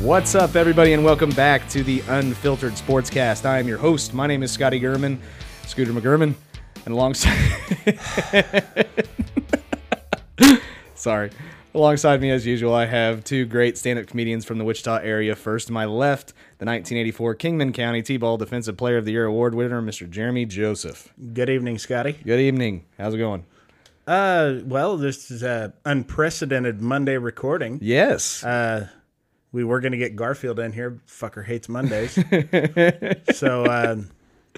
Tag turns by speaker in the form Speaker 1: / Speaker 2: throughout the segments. Speaker 1: What's up, everybody, and welcome back to the Unfiltered Sportscast. I am your host. My name is Scotty Gurman, Scooter McGurman, and alongside. Sorry. Alongside me, as usual, I have two great stand up comedians from the Wichita area. First, to my left, the 1984 Kingman County T Ball Defensive Player of the Year Award winner, Mr. Jeremy Joseph.
Speaker 2: Good evening, Scotty.
Speaker 1: Good evening. How's it going?
Speaker 2: Uh, well, this is a unprecedented Monday recording.
Speaker 1: Yes.
Speaker 2: We were going to get Garfield in here. Fucker hates Mondays. so, uh,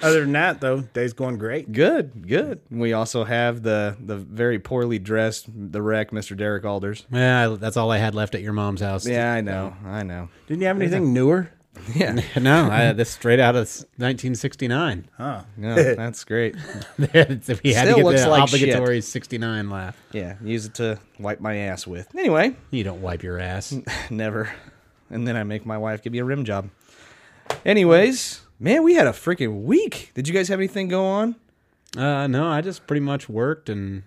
Speaker 2: other than that, though, day's going great.
Speaker 1: good, good. We also have the, the very poorly dressed, the wreck, Mr. Derek Alders.
Speaker 3: Yeah, I- that's all I had left at your mom's house.
Speaker 1: Yeah, I know. I know.
Speaker 2: Didn't you have anything newer?
Speaker 1: Yeah.
Speaker 3: no, I, that's straight out of s- 1969.
Speaker 1: No, that's great.
Speaker 3: we had
Speaker 1: Still
Speaker 3: to get
Speaker 1: looks
Speaker 3: the
Speaker 1: like
Speaker 3: obligatory 69 laugh.
Speaker 1: Yeah. Use it to wipe my ass with. Anyway,
Speaker 3: You don't wipe your ass.
Speaker 1: Mm. never. And then I make my wife give me a rim job. Anyways, man, we had a freaking week. Did you guys have anything go on?
Speaker 3: Uh, no, I just pretty much worked and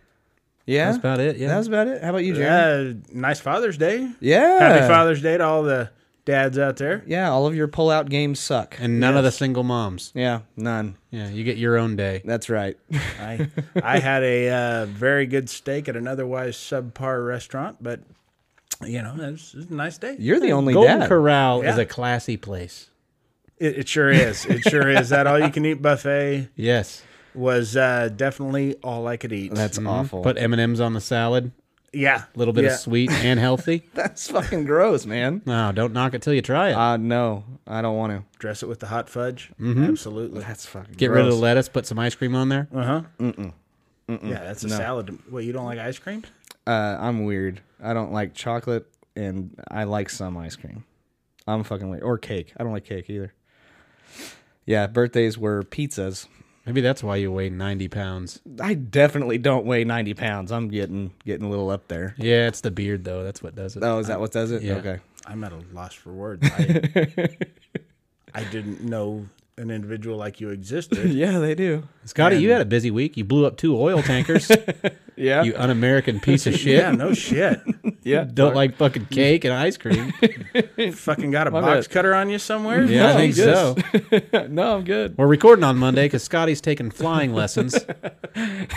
Speaker 1: Yeah.
Speaker 3: that's about it. Yeah.
Speaker 1: That was about it. How about you, Jeremy?
Speaker 2: Uh, nice Father's Day.
Speaker 1: Yeah.
Speaker 2: Happy Father's Day to all the dads out there.
Speaker 1: Yeah, all of your pull-out games suck.
Speaker 3: and none of the single moms.
Speaker 1: yeah, none.
Speaker 3: Yeah, you get your own day.
Speaker 1: That's right.
Speaker 2: I, I had a uh, very good steak at an otherwise subpar restaurant, but, you know, it was, it was a nice day.
Speaker 1: You're the only
Speaker 3: Golden
Speaker 1: dad.
Speaker 3: Corral is
Speaker 2: Yeah.
Speaker 3: a classy place.
Speaker 2: It, it sure is. It sure is. That all you can eat buffet
Speaker 3: Yes.
Speaker 2: was uh, definitely all I could eat.
Speaker 1: That's
Speaker 3: Mm-hmm.
Speaker 1: awful.
Speaker 3: Put M&Ms on the salad,
Speaker 2: yeah.
Speaker 3: a little bit
Speaker 2: Yeah.
Speaker 3: of sweet and healthy.
Speaker 1: that's fucking gross, man.
Speaker 3: No, don't knock it till you try it.
Speaker 1: Uh no, I don't want to.
Speaker 2: dress it with the hot fudge.
Speaker 3: Mm-hmm.
Speaker 2: Absolutely. Uh-huh.
Speaker 1: That's fucking
Speaker 3: get
Speaker 1: gross. Uh.
Speaker 3: rid of the lettuce, put some ice cream on there.
Speaker 2: Yeah, that's a salad. What, you don't like ice cream?
Speaker 1: Uh, I'm weird. I don't like chocolate, and I like some ice cream. I'm fucking weird. Or cake. I don't like cake either. Yeah, birthdays were pizzas.
Speaker 3: Maybe that's why you weigh 90 pounds.
Speaker 1: I definitely don't weigh 90 pounds. I'm getting getting a little up there.
Speaker 3: Yeah, it's the beard though. That's what does it.
Speaker 1: Oh, is that what does it?
Speaker 3: Yeah.
Speaker 1: Okay.
Speaker 2: I'm at a loss for words. I, I didn't know an individual like you existed.
Speaker 1: Yeah, they do.
Speaker 3: Scotty, you had a busy week. You blew up two oil tankers.
Speaker 1: Yeah.
Speaker 3: you un-American piece of shit.
Speaker 2: Yeah, no shit.
Speaker 1: yeah.
Speaker 3: Don't like fucking cake and ice cream.
Speaker 2: Fucking got a box
Speaker 1: bad.
Speaker 2: cutter on you somewhere?
Speaker 3: Yeah, I
Speaker 1: No,
Speaker 3: think
Speaker 1: yes.
Speaker 3: so.
Speaker 1: no, I'm good.
Speaker 3: We're recording on Monday because Scotty's taking flying lessons.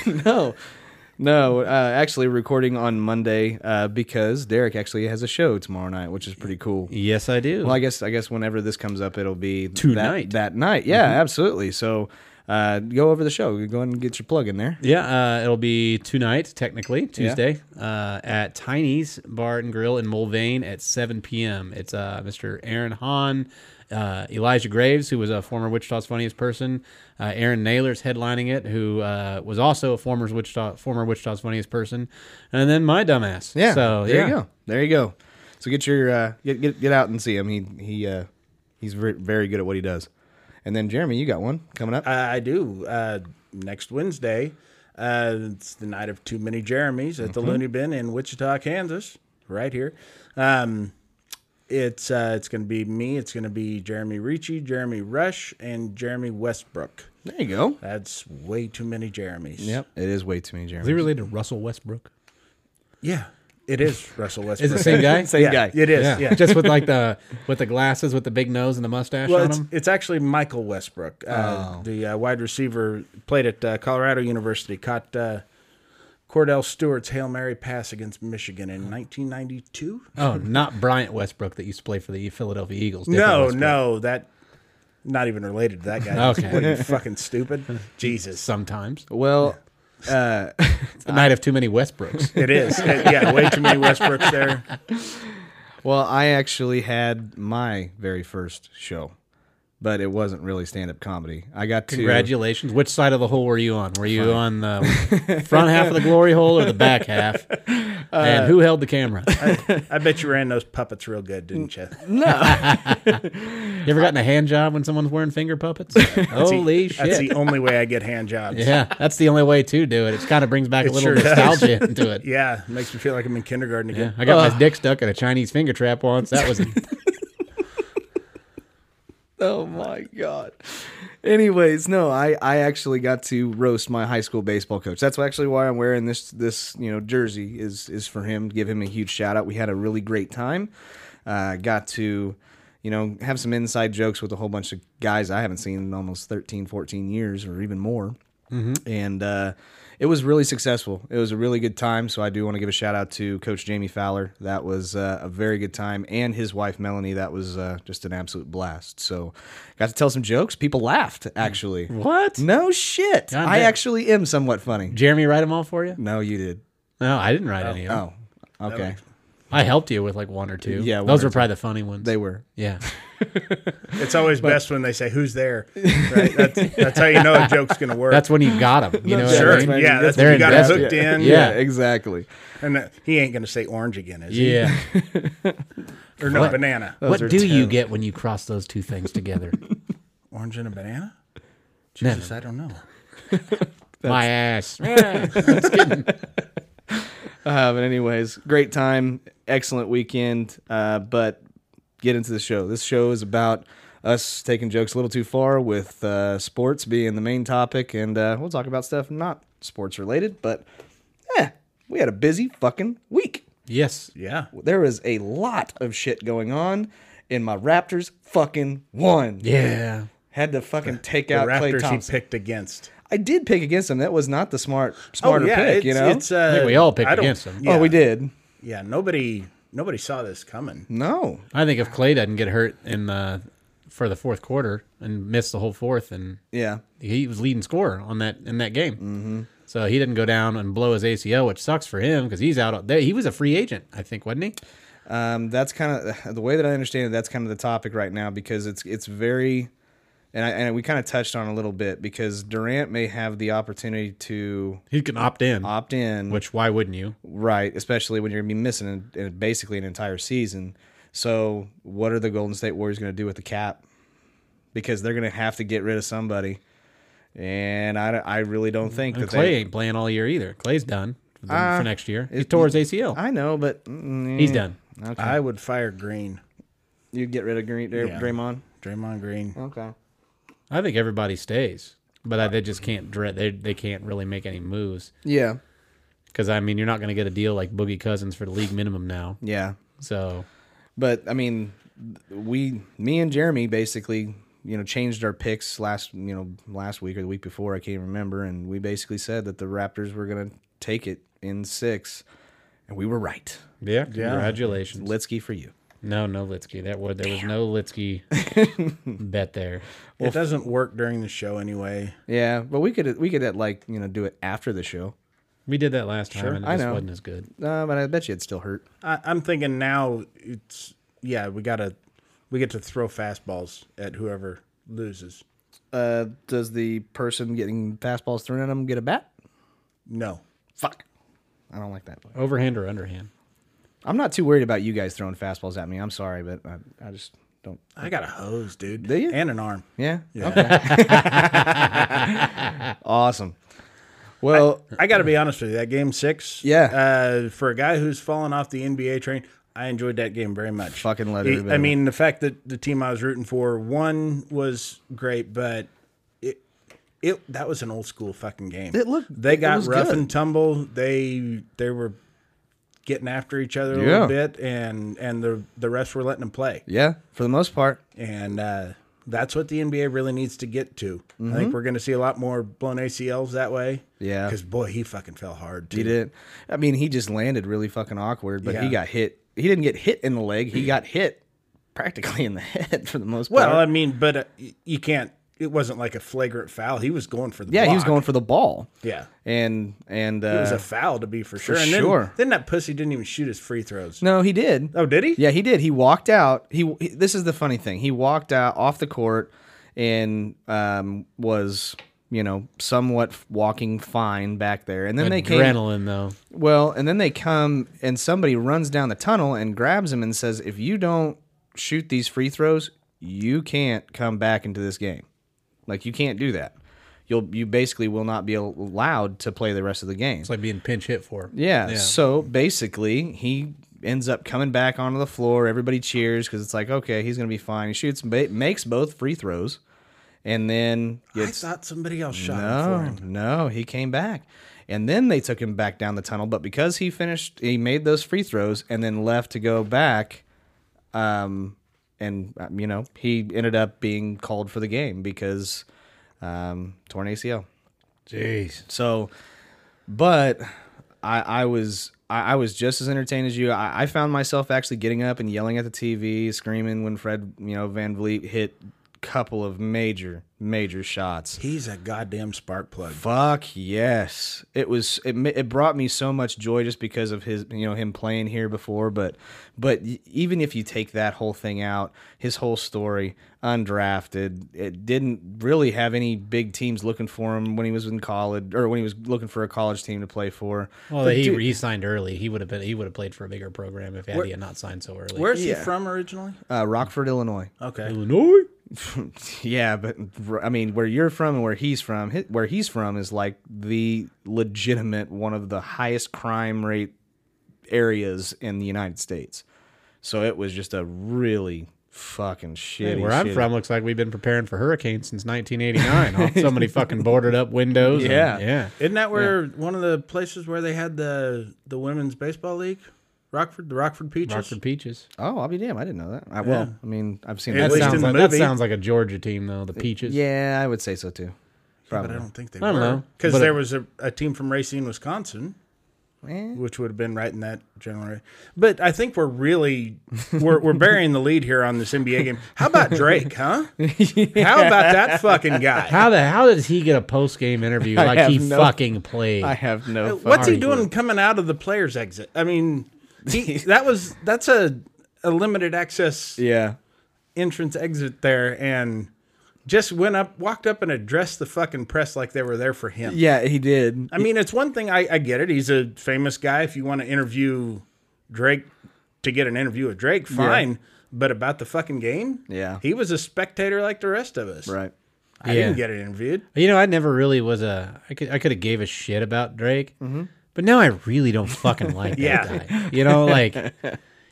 Speaker 1: No. No, uh, actually recording on Monday uh, because Derek actually has a show tomorrow night, which is pretty cool.
Speaker 3: yes, I do.
Speaker 1: Well, I guess I guess whenever this comes up, it'll be that-
Speaker 3: Tonight. Mm-hmm.
Speaker 1: That, night, yeah, absolutely. So uh, go over the show. Go ahead and get your plug in there.
Speaker 3: yeah, uh, it'll be tonight, technically Tuesday, uh, at Tiny's Bar and Grill in Mulvane at 7 p.m. It's uh, Mr. Aaron Hahn, uh, Elijah Graves, who was a former Wichita's Funniest Person, uh, Aaron Naylor's headlining it, who uh, was also a former Wichita former Wichita's Funniest Person, and then my dumbass.
Speaker 1: Yeah.
Speaker 3: so
Speaker 1: there
Speaker 3: yeah.
Speaker 1: you go. There you go. So get your uh, get, get get out and see him. He he uh, he's very, very good at what he does. And then Jeremy, you got one coming up.
Speaker 2: Uh, I do. Uh, next Wednesday, uh, it's the night of Too Many Jeremy's at the Looney Bin in Wichita, Kansas, right here. Um, it's uh, it's going to be me. It's going to be Jeremy Ricci, Jeremy Rush, and Jeremy Westbrook.
Speaker 1: there you go.
Speaker 2: That's way too many Jeremys.
Speaker 1: Yep, it is way too many
Speaker 3: Is he
Speaker 1: Jeremy.
Speaker 3: related to Russell Westbrook?
Speaker 2: Yeah, it is Russell Westbrook.
Speaker 3: Is it the same guy?
Speaker 1: Same
Speaker 2: yeah,
Speaker 1: guy.
Speaker 2: It is. Yeah.
Speaker 3: just with like the with the glasses, with the big nose and the mustache
Speaker 2: well,
Speaker 3: on
Speaker 2: it's,
Speaker 3: him. Oh.
Speaker 2: it's actually Michael Westbrook, uh, the uh, wide receiver, played at uh, Colorado University. Caught uh, Cordell Stewart's hail mary pass against Michigan in 1992.
Speaker 3: Oh, not Bryant Westbrook that used to play for the Philadelphia Eagles. different
Speaker 2: No,
Speaker 3: Westbrook.
Speaker 2: no, that not even related to that guy.
Speaker 3: Okay.
Speaker 2: what are you fucking stupid? Jesus,
Speaker 3: Sometimes
Speaker 1: Well,
Speaker 3: it's the night of too many Westbrooks.
Speaker 2: it is. It- yeah, way too many Westbrooks there.
Speaker 1: well, I actually had my very first show but it wasn't really stand up comedy. I got to
Speaker 3: Congratulations. Which side of the hole were you on? Were you on the front half of the glory hole or the back half? and who held the camera? You
Speaker 2: I bet you ran those puppets real good, didn't you?
Speaker 3: ever gotten a hand job when someone's wearing finger puppets? Holy shit.
Speaker 2: That's e- the only way I get hand jobs.
Speaker 3: yeah, that's the only way to do it. It kind of brings back a
Speaker 2: It
Speaker 3: little
Speaker 2: sure does.
Speaker 3: nostalgia into it.
Speaker 2: Yeah, makes me feel like I'm in kindergarten
Speaker 3: Yeah,
Speaker 2: again.
Speaker 3: I got my dick stuck in a Chinese finger trap once. That was
Speaker 1: Oh my god. Anyways, no, I I actually got to roast my high school baseball coach. That's actually why I'm wearing this this you know jersey is is for him. Give him a huge shout out. We had a really great time. Uh, got to you know have some inside jokes with a whole bunch of guys I haven't seen in almost 13, 14 years or even more.
Speaker 2: Mm-hmm.
Speaker 1: And uh, it was really successful. It was a really good time. So I do want to give a shout out to Coach Jamie Fowler. That was uh, a very good time, and his wife Melanie. That was uh, just an absolute blast. So got to tell some jokes. People
Speaker 2: Mm.
Speaker 1: laughed. Actually,
Speaker 3: what?
Speaker 1: no shit.
Speaker 3: God
Speaker 1: I
Speaker 3: damn.
Speaker 1: actually am somewhat funny.
Speaker 3: Jeremy write them all for you?
Speaker 1: No, you did.
Speaker 3: No, I didn't write any of them.
Speaker 1: Oh, okay.
Speaker 3: I helped you with like one or two.
Speaker 1: Yeah, one
Speaker 3: those
Speaker 1: or
Speaker 3: were probably the funny ones.
Speaker 1: They were.
Speaker 3: yeah,
Speaker 2: It's always best when they say, "Who's there?" Right? That's, that's how you know a joke's gonna work.
Speaker 3: that's when you got them. You know,
Speaker 2: sure.
Speaker 3: what I mean?
Speaker 2: Yeah, that's
Speaker 3: They're
Speaker 2: when you got them
Speaker 3: invested.
Speaker 2: hooked in.
Speaker 3: Yeah.
Speaker 1: exactly.
Speaker 2: and uh, he ain't gonna say orange again, is he?
Speaker 3: yeah. Uh,
Speaker 2: Or no,
Speaker 3: What?
Speaker 2: banana.
Speaker 3: what do you get when you cross those two things together?
Speaker 2: Orange and a banana.
Speaker 3: Never.
Speaker 2: Jesus, I don't know.
Speaker 3: My ass.
Speaker 1: Uh, but anyways, great time, excellent weekend. Uh, but get into the show. This show is about us taking jokes a little too far, with uh, sports being the main topic, and uh, we'll talk about stuff not sports related. But eh, we had a busy fucking week.
Speaker 3: yes.
Speaker 2: Yeah.
Speaker 1: There was a lot of shit going on, and my Raptors fucking won.
Speaker 3: Yeah.
Speaker 1: Had to fucking take
Speaker 2: The
Speaker 1: out Clay
Speaker 2: Raptors he
Speaker 1: Thompson.
Speaker 2: picked against. Oh,
Speaker 1: I did pick against them. That was not the smart smarter pick.
Speaker 2: it's,
Speaker 1: You know.
Speaker 2: it's, uh,
Speaker 3: I think we all picked
Speaker 2: I don't-
Speaker 3: against them.
Speaker 2: Yeah,
Speaker 1: Oh, we did.
Speaker 2: Yeah, nobody, nobody saw this coming.
Speaker 1: No.
Speaker 3: I think if Clay doesn't get hurt in the for the fourth quarter and miss the whole fourth, and
Speaker 1: Yeah.
Speaker 3: he was leading scorer on that in that game. Mm-hmm. So he didn't go down and blow his ACL, which sucks for him because he's out. There. He was a free agent, I think, wasn't he?
Speaker 1: Um, that's kind of the way that I understand it. That's kind of the topic right now because it's it's very, and I, and we kind of touched on it a little bit because Durant may have the opportunity to
Speaker 3: He can opt in,
Speaker 1: opt in,
Speaker 3: which why wouldn't you?
Speaker 1: right? Especially when you're gonna be missing an, an- basically an entire season. So what are the Golden State Warriors gonna do with the cap? Because they're gonna have to get rid of somebody, and I, I really don't think
Speaker 3: Mm, And
Speaker 1: that
Speaker 3: Clay
Speaker 1: they. Ah,
Speaker 3: ain't playing all year either. Clay's done for, the- for next year. He tore his ACL.
Speaker 1: I know, but mm,
Speaker 3: he's done.
Speaker 1: Okay,
Speaker 2: I would fire Green,
Speaker 1: you get rid of Green, Dray-
Speaker 2: Yeah.
Speaker 1: Draymond.
Speaker 2: Draymond Green.
Speaker 1: Okay.
Speaker 3: I think everybody stays, but I, they just can't. dre- They they can't really make any moves
Speaker 1: Yeah.
Speaker 3: because I mean you're not going to get a deal like Boogie Cousins for the league minimum now.
Speaker 1: Yeah.
Speaker 3: So
Speaker 1: But I mean, we, me and Jeremy, basically, you know, changed our picks last, you know, last week or the week before. I can't even remember, and we basically said that the Raptors were going to take it in six, and we were right.
Speaker 3: yeah, congratulations.
Speaker 1: Litsky for you.
Speaker 3: No, no Litsky. That was there was no Litsky bet there.
Speaker 2: It doesn't work during the show anyway.
Speaker 1: Yeah, but we could we could uh, like you know do it after the show.
Speaker 3: We did that last time, and it
Speaker 1: I
Speaker 3: just
Speaker 1: know.
Speaker 3: wasn't as good.
Speaker 1: Uh, but I bet you it'd still hurt.
Speaker 2: I, I'm thinking now it's yeah we gotta we get to throw fastballs at whoever loses.
Speaker 1: Uh, does the person getting fastballs thrown at them get a bat?
Speaker 2: No,
Speaker 1: Fuck. I don't like that. play.
Speaker 3: Overhand or underhand?
Speaker 1: I'm not too worried about you guys throwing fastballs at me. I'm sorry, but I, I just don't.
Speaker 2: I got a hose, dude,
Speaker 1: Do you?
Speaker 2: and an arm.
Speaker 1: Yeah. Okay. awesome. Well,
Speaker 2: I got to be honest with you. That game six,
Speaker 1: Yeah.
Speaker 2: uh, for a guy who's fallen off the NBA train, I enjoyed that game very much.
Speaker 1: Fucking let
Speaker 2: I-
Speaker 1: everybody
Speaker 2: I
Speaker 1: know.
Speaker 2: mean, the fact that the team I was rooting for won was great, but it it that was an old school fucking game.
Speaker 1: It looked-
Speaker 2: they
Speaker 1: it
Speaker 2: got
Speaker 1: was
Speaker 2: rough
Speaker 1: good.
Speaker 2: and tumble. They they were getting after each other a
Speaker 1: Yeah.
Speaker 2: little bit, and and the the refs were letting them play,
Speaker 1: yeah, for the most part.
Speaker 2: and. uh that's what the NBA really needs to get to. I think we're going to see a lot more blown ACLs that way.
Speaker 1: Mm-hmm. Yeah.
Speaker 2: because boy, he fucking fell hard. Too.
Speaker 1: He did. I mean, he just landed really fucking awkward, but he
Speaker 2: Yeah.
Speaker 1: got hit. He didn't get hit in the leg. He got hit practically in the head for the most part.
Speaker 2: Well, I mean, but uh, y- you can't. It wasn't like a flagrant foul. He was going for the
Speaker 1: yeah, he was
Speaker 2: block.
Speaker 1: going for the ball.
Speaker 2: Yeah,
Speaker 1: And and uh,
Speaker 2: it was a foul to be for sure. and then,
Speaker 1: sure.
Speaker 2: Then that pussy didn't even shoot his free throws.
Speaker 1: no, he did.
Speaker 2: Oh, did he?
Speaker 1: Yeah, he did. He walked out. He, he- this is the funny thing. He walked out off the court. and um, was you know somewhat walking fine back there. And then they came
Speaker 3: Adrenaline, though.
Speaker 1: well, and then they come and somebody runs down the tunnel and grabs him and says, "If you don't shoot these free throws, you can't come back into this game. Like you can't do that. You'll you basically will not be allowed to play the rest of the game."
Speaker 3: It's like being pinch hit for.
Speaker 1: Yeah. So basically, he ends up coming back onto the floor. Everybody cheers because it's like, okay, he's gonna be fine. He shoots, ba- makes both free throws, and then
Speaker 2: I
Speaker 1: gets
Speaker 2: thought somebody else shot him for
Speaker 1: no,
Speaker 2: him.
Speaker 1: no, he came back. And then they took him back down the tunnel, but because he finished, he made those free throws and then left to go back. Um, and um, you know he ended up being called for the game because um, torn ACL.
Speaker 3: Jeez.
Speaker 1: So, but I, I was I, I was just as entertained as you. I, I found myself actually getting up and yelling at the TV, screaming when Fred you know Van Vliet hit couple of major major shots.
Speaker 2: He's a goddamn spark plug.
Speaker 1: Fuck yes, it was it. ma- It brought me so much joy just because of his you know him playing here before, but but y- even if you take that whole thing out, his whole story, undrafted, it didn't really have any big teams looking for him when he was in college or when he was looking for a college team to play for.
Speaker 3: Well,
Speaker 1: But
Speaker 3: he
Speaker 1: dude,
Speaker 3: re-signed early. He would have been. He would have played for a bigger program if he had not signed so early.
Speaker 2: Where's he from originally?
Speaker 1: uh, Rockford, Illinois.
Speaker 2: Okay.
Speaker 3: Illinois?
Speaker 1: Yeah, but I mean, where you're from and where he's from, hi- where he's from is like the legitimate one of the highest crime rate areas in the United States. So it was just a really fucking shitty.
Speaker 3: Where I'm
Speaker 1: shitty-
Speaker 3: from looks like we've been preparing for hurricanes since 1989. huh? Somebody fucking boarded up windows. and-
Speaker 1: Yeah.
Speaker 3: yeah.
Speaker 2: Isn't that where one of the places where they had the the women's baseball league? Rockford, the Rockford Peaches.
Speaker 3: Rockford Peaches.
Speaker 1: Oh, I'll be damned! I didn't know that. I, Well, I mean, I've seen
Speaker 2: At
Speaker 3: That
Speaker 1: that.
Speaker 2: least
Speaker 3: sounds,
Speaker 2: in the
Speaker 3: like, that
Speaker 2: movie.
Speaker 3: sounds like a Georgia team, though. The Peaches.
Speaker 1: Yeah, I would say so too.
Speaker 2: but I don't think they
Speaker 3: I don't
Speaker 2: were.
Speaker 3: know.
Speaker 2: Because
Speaker 3: But-
Speaker 2: there was a, a team from Racine, Wisconsin,
Speaker 1: Eh.
Speaker 2: which would have been right in that general area. But I think we're really we're, we're burying the lead here on this NBA game. How about Drake, huh? How about that fucking guy?
Speaker 3: How the how does he get a post game interview like
Speaker 1: have
Speaker 3: he
Speaker 1: no-
Speaker 3: fucking played?
Speaker 1: I have no.
Speaker 2: What's he
Speaker 1: fucking clue.
Speaker 2: doing coming out of the players exit? I mean, he, that was that's a a limited access
Speaker 1: Yeah,
Speaker 2: entrance exit there and just went up, walked up and addressed the fucking press like they were there for him.
Speaker 1: yeah, he did.
Speaker 2: I mean, it's one thing. I, I get it. He's a famous guy. If you want to interview Drake to get an interview with Drake, fine. But about the fucking game,
Speaker 1: Yeah.
Speaker 2: he was a spectator like the rest of us.
Speaker 1: Right.
Speaker 2: I
Speaker 3: Yeah.
Speaker 2: didn't get it interviewed.
Speaker 3: You know, I never really was a. I could I could have gave a shit about Drake, but now I really don't fucking like that
Speaker 2: Mm-hmm. Yeah.
Speaker 3: guy. You know, like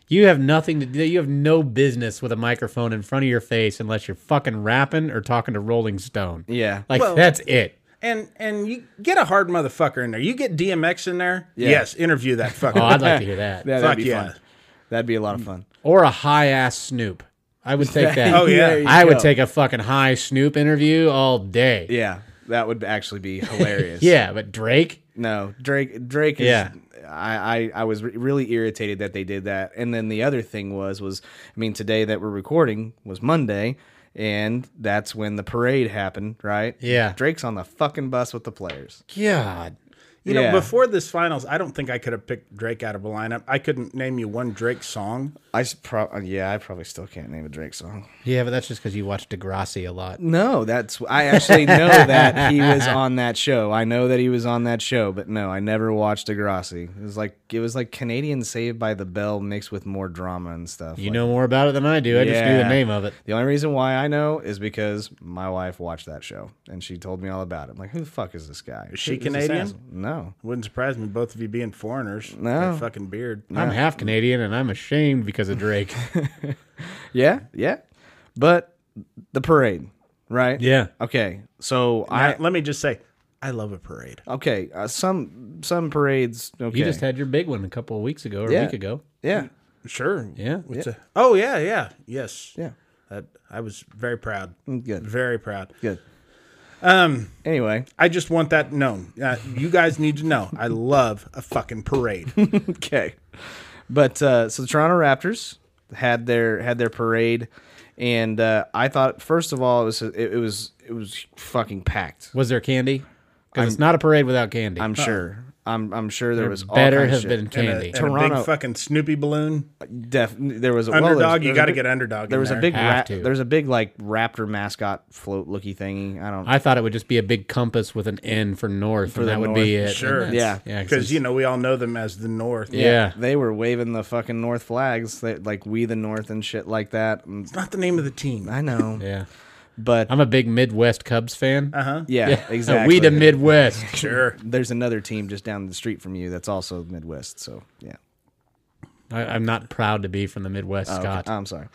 Speaker 3: you have nothing to do. You have no business with a microphone in front of your face unless you're fucking rapping or talking to Rolling Stone.
Speaker 1: Yeah.
Speaker 3: like
Speaker 2: Well-
Speaker 3: that's it.
Speaker 2: And and you get a hard motherfucker in there. You get DMX in there.
Speaker 1: Yeah.
Speaker 2: Yes, interview that fucker.
Speaker 3: Oh, I'd like to hear that.
Speaker 1: Yeah,
Speaker 2: Fuck
Speaker 1: that'd be
Speaker 2: yeah.
Speaker 1: fun. That'd be a lot of fun.
Speaker 3: Or a high ass Snoop. I would take that.
Speaker 2: Oh, yeah.
Speaker 1: There you
Speaker 3: I would
Speaker 1: go.
Speaker 3: take a fucking high Snoop interview all day. Yeah,
Speaker 1: Yeah, that would actually be hilarious.
Speaker 3: but Drake.
Speaker 1: No, Drake. Drake is.
Speaker 3: Yeah.
Speaker 1: I, I I was re- really irritated that they did that. And then the other thing was was I mean today that we're recording was Monday, and that's when the parade happened, right?
Speaker 3: Yeah.
Speaker 1: Drake's on the fucking bus with the players.
Speaker 3: God.
Speaker 2: you
Speaker 1: yeah.
Speaker 2: know, before this finals, I don't think I could have picked Drake out of a lineup. I couldn't name you one Drake song.
Speaker 1: I s- pro- yeah, I probably still can't name a Drake song.
Speaker 3: Yeah, but that's just because you watch Degrassi a lot.
Speaker 1: No, that's I actually know that he was on that show. I know that he was on that show, but no, I never watched Degrassi. It was like it was like Canadian Saved by the Bell mixed with more drama and stuff.
Speaker 3: You
Speaker 1: Like,
Speaker 3: know more about it than I do. I just knew the
Speaker 1: Yeah.
Speaker 3: name of it.
Speaker 1: The only reason why I know is because my wife watched that show and she told me all about it. I'm like, who the fuck is this guy? Is
Speaker 2: she Canadian?
Speaker 1: No.
Speaker 2: Wouldn't surprise me. Both of you being foreigners.
Speaker 1: No.
Speaker 2: That fucking beard.
Speaker 3: I'm half Canadian and I'm ashamed because of Drake.
Speaker 1: Yeah, yeah. But the parade, right?
Speaker 3: yeah.
Speaker 1: Okay. So
Speaker 2: I,
Speaker 1: I
Speaker 2: let me just say, I love a parade.
Speaker 1: okay, uh, some some parades okay.
Speaker 3: You just had your big one a couple of weeks ago or a
Speaker 1: Yeah.
Speaker 3: week ago.
Speaker 1: yeah.
Speaker 2: Sure.
Speaker 3: Yeah.
Speaker 2: What's a- oh yeah, yeah, yes.
Speaker 1: Yeah.
Speaker 2: That, I was very proud.
Speaker 1: Good.
Speaker 2: Very proud.
Speaker 1: Good. Um anyway,
Speaker 2: I just want that known. Uh, you guys need to know. I love a fucking parade.
Speaker 1: okay. But uh, so the Toronto Raptors had their had their parade, and uh, I thought first of all it was it, it was it was fucking packed.
Speaker 3: Was there candy? Because it's not a parade without candy.
Speaker 1: I'm sure. I'm I'm sure there, was all
Speaker 3: Uh, Better
Speaker 1: kinds of
Speaker 3: have
Speaker 1: shit. uh,
Speaker 3: been candy.
Speaker 2: And a, and a
Speaker 1: Toronto-
Speaker 2: big fucking Snoopy balloon.
Speaker 1: Def, there was a well, there was-
Speaker 2: Underdog,
Speaker 1: there
Speaker 2: you
Speaker 1: was a
Speaker 2: got to
Speaker 1: big-
Speaker 2: get underdog.
Speaker 1: There
Speaker 2: in
Speaker 1: was a big
Speaker 3: Have
Speaker 1: ra-
Speaker 3: to.
Speaker 1: there was a big like raptor mascot float looky thingy. I don't.
Speaker 3: I thought it would just be a big compass with an N for north, and
Speaker 1: the
Speaker 3: that would be
Speaker 1: north,
Speaker 3: it.
Speaker 2: sure.
Speaker 3: And
Speaker 1: Yeah.
Speaker 3: that's- yeah,
Speaker 2: because you know we all know them as the North.
Speaker 3: yeah. yeah.
Speaker 1: They were waving the fucking North flags, they, like we the North and shit like that. And
Speaker 2: It's not the name of the team.
Speaker 1: I know,
Speaker 3: Yeah.
Speaker 1: but
Speaker 3: I'm a big Midwest Cubs fan.
Speaker 2: Uh huh.
Speaker 1: yeah, exactly.
Speaker 3: We the Midwest.
Speaker 2: Sure.
Speaker 1: There's another team just down the street from you that's also Midwest. So yeah,
Speaker 3: I, I'm not proud to be from the Midwest,
Speaker 1: Okay,
Speaker 3: Scott.
Speaker 1: I'm sorry.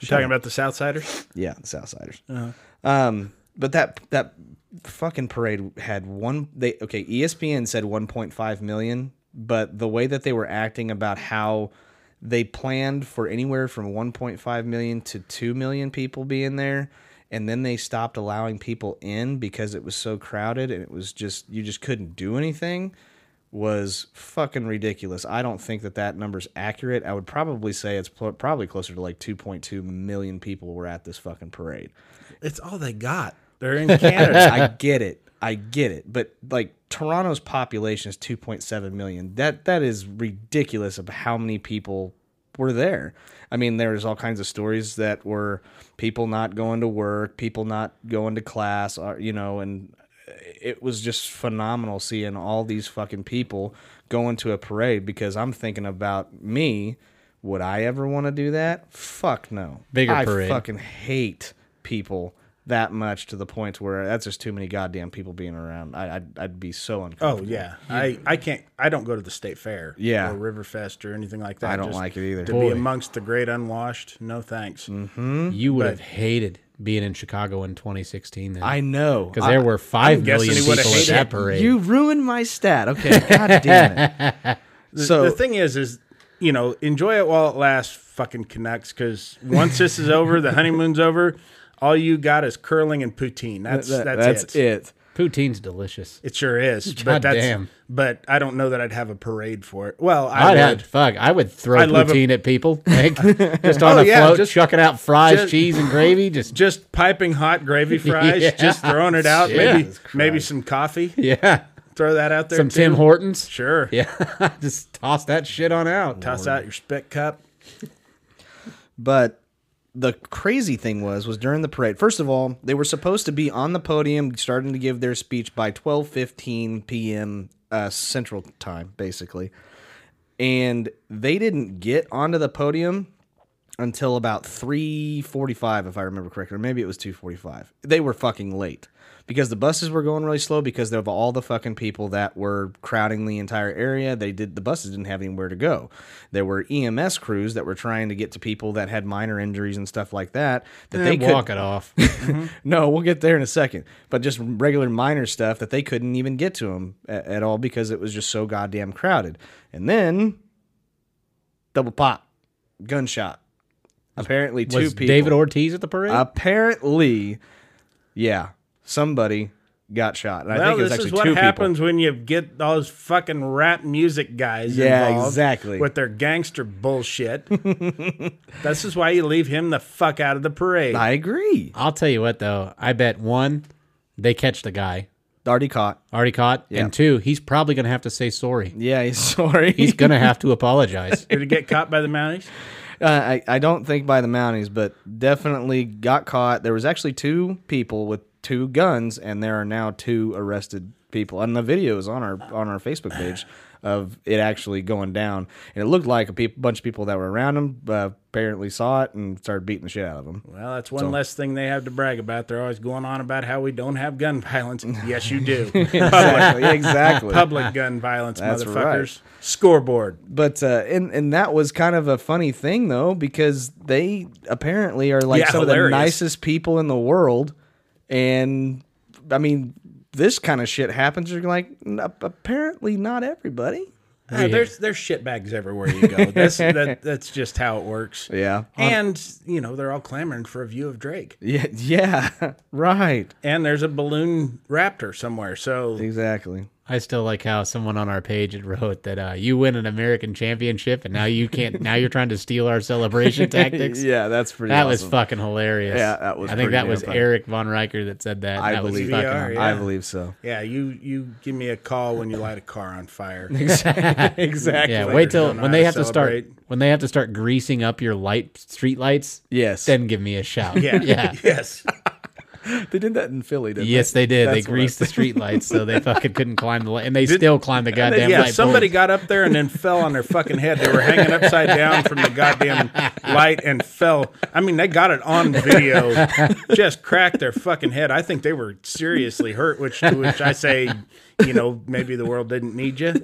Speaker 2: You talking about the Southsiders?
Speaker 1: Yeah, the Southsiders. Um, but that that fucking parade had one. They okay. E ESPN said 1.5 million, but the way that they were acting about how they planned for anywhere from 1.5 million to 2 million people being there. And then they stopped allowing people in because it was so crowded and it was just, you just couldn't do anything was fucking ridiculous. I don't think that that number's accurate. I would probably say it's pl- probably closer to like 2.2 million people were at this fucking parade.
Speaker 2: It's all they got. They're in Canada.
Speaker 1: I get it. I get it. But like Toronto's population is 2.7 million. That that is ridiculous of how many people were there. I mean, there was all kinds of stories that were people not going to work, people not going to class, or, you know, and it was just phenomenal seeing all these fucking people going to a parade because I'm thinking about me. Would I ever want to do that? Fuck no.
Speaker 3: Bigger
Speaker 1: I
Speaker 3: parade.
Speaker 1: fucking hate people that much to the point where that's just too many goddamn people being around. I, I'd, I'd be so uncomfortable.
Speaker 2: oh yeah. I I can't. I don't go to the state fair.
Speaker 1: Yeah.
Speaker 2: Or Riverfest or anything like that.
Speaker 1: I don't
Speaker 2: Just
Speaker 1: like it either. Mm.
Speaker 2: To be
Speaker 3: Boy.
Speaker 2: amongst the great unwashed, no thanks.
Speaker 3: you would have hated being in Chicago in 2016 then.
Speaker 1: I know.
Speaker 3: because there were
Speaker 2: I'm
Speaker 3: five
Speaker 2: guessing
Speaker 3: million
Speaker 2: he would've
Speaker 3: people at
Speaker 2: hated
Speaker 3: that
Speaker 2: it.
Speaker 3: parade.
Speaker 1: You ruined my stat. Okay, god damn it. So
Speaker 2: the thing is, is you know, enjoy it while it lasts. Fucking Canucks, because once this is over, the honeymoon's over. All you got is curling and poutine. That's
Speaker 1: that-
Speaker 2: that's,
Speaker 1: that's
Speaker 2: it.
Speaker 1: it.
Speaker 3: Poutine's delicious.
Speaker 2: It sure is.
Speaker 3: God
Speaker 2: but that's
Speaker 3: damn.
Speaker 2: but I don't know that I'd have a parade for it. Well, I
Speaker 3: I'd
Speaker 2: would.
Speaker 3: have, fuck, I would throw
Speaker 2: I love
Speaker 3: poutine at people, like, just on
Speaker 2: Oh,
Speaker 3: a
Speaker 2: yeah,
Speaker 3: float,
Speaker 2: just-
Speaker 3: chucking out fries,
Speaker 2: just-
Speaker 3: cheese, and gravy. Just
Speaker 2: Just piping hot gravy fries,
Speaker 3: Yeah.
Speaker 2: just throwing it out. Maybe
Speaker 3: Jesus
Speaker 2: maybe some coffee.
Speaker 3: yeah,
Speaker 2: Throw that out there.
Speaker 3: some
Speaker 2: too.
Speaker 3: Tim Hortons.
Speaker 2: Sure.
Speaker 3: Yeah, just toss that shit on out.
Speaker 2: Toss out your spit cup.
Speaker 1: But the crazy thing was was during the parade. First of all, they were supposed to be on the podium starting to give their speech by 12:15 p.m. Uh, central time basically. And they didn't get onto the podium until about 3:45 if I remember correctly, or maybe it was 2:45. They were fucking late because the buses were going really slow because of all the fucking people that were crowding the entire area. They did the buses didn't have anywhere to go. There were EMS crews that were trying to get to people that had minor injuries and stuff like that that
Speaker 3: They
Speaker 1: they could
Speaker 3: walk it off.
Speaker 1: no, we'll get there in a second. But just regular minor stuff that they couldn't even get to them at, at all because it was just so goddamn crowded. And then double pop, gunshot. Apparently, two
Speaker 3: Was
Speaker 1: people.
Speaker 3: David Ortiz at the parade?
Speaker 1: apparently, yeah, somebody got shot. And I
Speaker 2: Well,
Speaker 1: think it was
Speaker 2: this
Speaker 1: actually
Speaker 2: is what
Speaker 1: two
Speaker 2: happens when you get those fucking rap music guys.
Speaker 1: Yeah,
Speaker 2: involved
Speaker 1: exactly.
Speaker 2: With their gangster bullshit. this is why you leave him the fuck out of the parade.
Speaker 1: people. I agree.
Speaker 3: I'll tell you what, though. I bet one, they catch the guy
Speaker 1: Already caught.
Speaker 3: already caught,
Speaker 1: Yeah.
Speaker 3: and two, he's probably gonna have to say sorry.
Speaker 1: Yeah, he's sorry.
Speaker 3: He's gonna have to apologize.
Speaker 2: Did he get caught by the Mounties?
Speaker 1: Uh, I, I don't think by the Mounties, but definitely got caught. There was actually two people with two guns, and there are now two arrested people. And the video is on our on our Facebook page of it actually going down, and it looked like a peop bunch of people that were around him uh, apparently saw it and started beating the shit out of him.
Speaker 2: Well, that's one less thing they have to brag about. They're always going on about how we don't have gun violence. Yes, you do. public,
Speaker 1: Exactly. exactly.
Speaker 2: public gun violence,
Speaker 1: That's
Speaker 2: motherfuckers. Scoreboard.
Speaker 1: But uh, and and that was kind of a funny thing though because they apparently are like
Speaker 2: Yeah,
Speaker 1: some of
Speaker 2: hilarious.
Speaker 1: the nicest people in the world, and I mean this kind of shit happens. You're like "N- apparently not everybody.
Speaker 2: Ah, there's there's shit bags everywhere you go. That's that, that's just how it works.
Speaker 1: Yeah.
Speaker 2: And you know they're all clamoring for a view of Drake.
Speaker 1: Yeah. Yeah. right.
Speaker 2: And there's a balloon raptor somewhere. So
Speaker 1: Exactly.
Speaker 3: I still like how someone on our page had wrote that uh, you win an American championship and now you can't. now you're trying to steal our celebration tactics.
Speaker 1: yeah, that's pretty.
Speaker 3: that was
Speaker 1: awesome.
Speaker 3: fucking hilarious.
Speaker 1: Yeah, that was
Speaker 3: I think
Speaker 1: pretty
Speaker 3: that
Speaker 1: damn
Speaker 3: was
Speaker 1: funny.
Speaker 3: Eric von Riker that said that.
Speaker 1: I
Speaker 3: that
Speaker 1: believe-
Speaker 3: was
Speaker 2: VR,
Speaker 3: fucking.
Speaker 2: yeah.
Speaker 1: I believe so.
Speaker 2: Yeah, you you give me a call when you light a car on fire.
Speaker 1: exactly.
Speaker 3: Yeah,
Speaker 2: Like
Speaker 3: wait
Speaker 2: they
Speaker 3: till
Speaker 2: don't know
Speaker 3: when
Speaker 2: how
Speaker 3: they
Speaker 2: to
Speaker 3: have to start
Speaker 2: celebrate.
Speaker 3: when they have to start greasing up your light street lights.
Speaker 1: Yes.
Speaker 3: Then give me a shout.
Speaker 2: Yeah.
Speaker 3: yeah.
Speaker 2: Yes.
Speaker 1: they did that in Philly, didn't
Speaker 3: Yes, they did.
Speaker 1: That's
Speaker 3: they
Speaker 1: what I
Speaker 3: greased the street lights, so they fucking couldn't climb the light, and they still climbed the goddamn
Speaker 2: yeah,
Speaker 3: light.
Speaker 2: somebody
Speaker 3: poles.
Speaker 2: got up there and then fell on their fucking head. They were hanging upside down from the goddamn light and fell. I mean, they got it on video. Just cracked their fucking head. I think they were seriously hurt, which to which I say, you know, maybe the world didn't need you.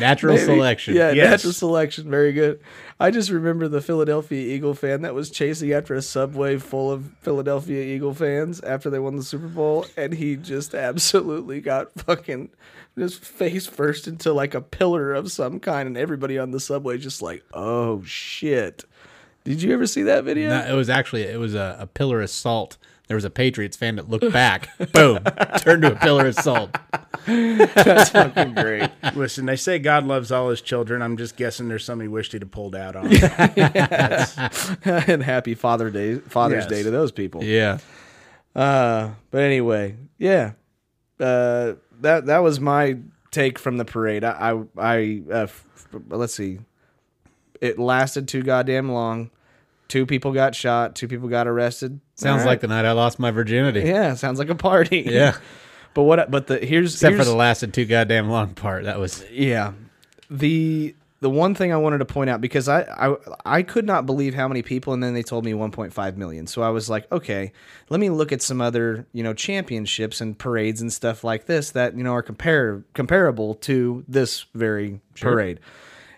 Speaker 3: natural
Speaker 1: Maybe.
Speaker 3: selection.
Speaker 1: Yeah,
Speaker 2: Yes.
Speaker 1: natural selection. Very good. I just remember the Philadelphia Eagle fan that was chasing after a subway full of Philadelphia Eagle fans after they won the Super Bowl, and he just absolutely got fucking just face first into like a pillar of some kind, and everybody on the subway just like, oh shit. Did you ever see that video?
Speaker 3: No, it was actually it was a, a pillar of salt. There was a Patriots fan that looked back, boom, turned to a pillar of salt.
Speaker 1: That's fucking great.
Speaker 2: Listen, they say God loves all his children. I'm just guessing there's somebody wished he'd have pulled out on.
Speaker 1: and happy Father Day, Father's
Speaker 2: Yes.
Speaker 1: Day to those people.
Speaker 3: Yeah,
Speaker 1: Uh, but anyway, yeah, uh, that that was my take from the parade. I I, I uh, f- f- let's see, it lasted too goddamn long. Two people got shot. Two people got arrested.
Speaker 3: sounds
Speaker 1: All
Speaker 3: like
Speaker 1: right.
Speaker 3: the night I lost my virginity.
Speaker 1: yeah, sounds like a party.
Speaker 3: Yeah.
Speaker 1: but what? But the here's
Speaker 3: Except for
Speaker 1: here's- Uh,
Speaker 3: the lasted too goddamn long part. That was
Speaker 1: yeah the the one thing i wanted to point out because I, I i could not believe how many people and then they told me 1.5 million so i was like okay let me look at some other you know championships and parades and stuff like this that you know are compare comparable to this very parade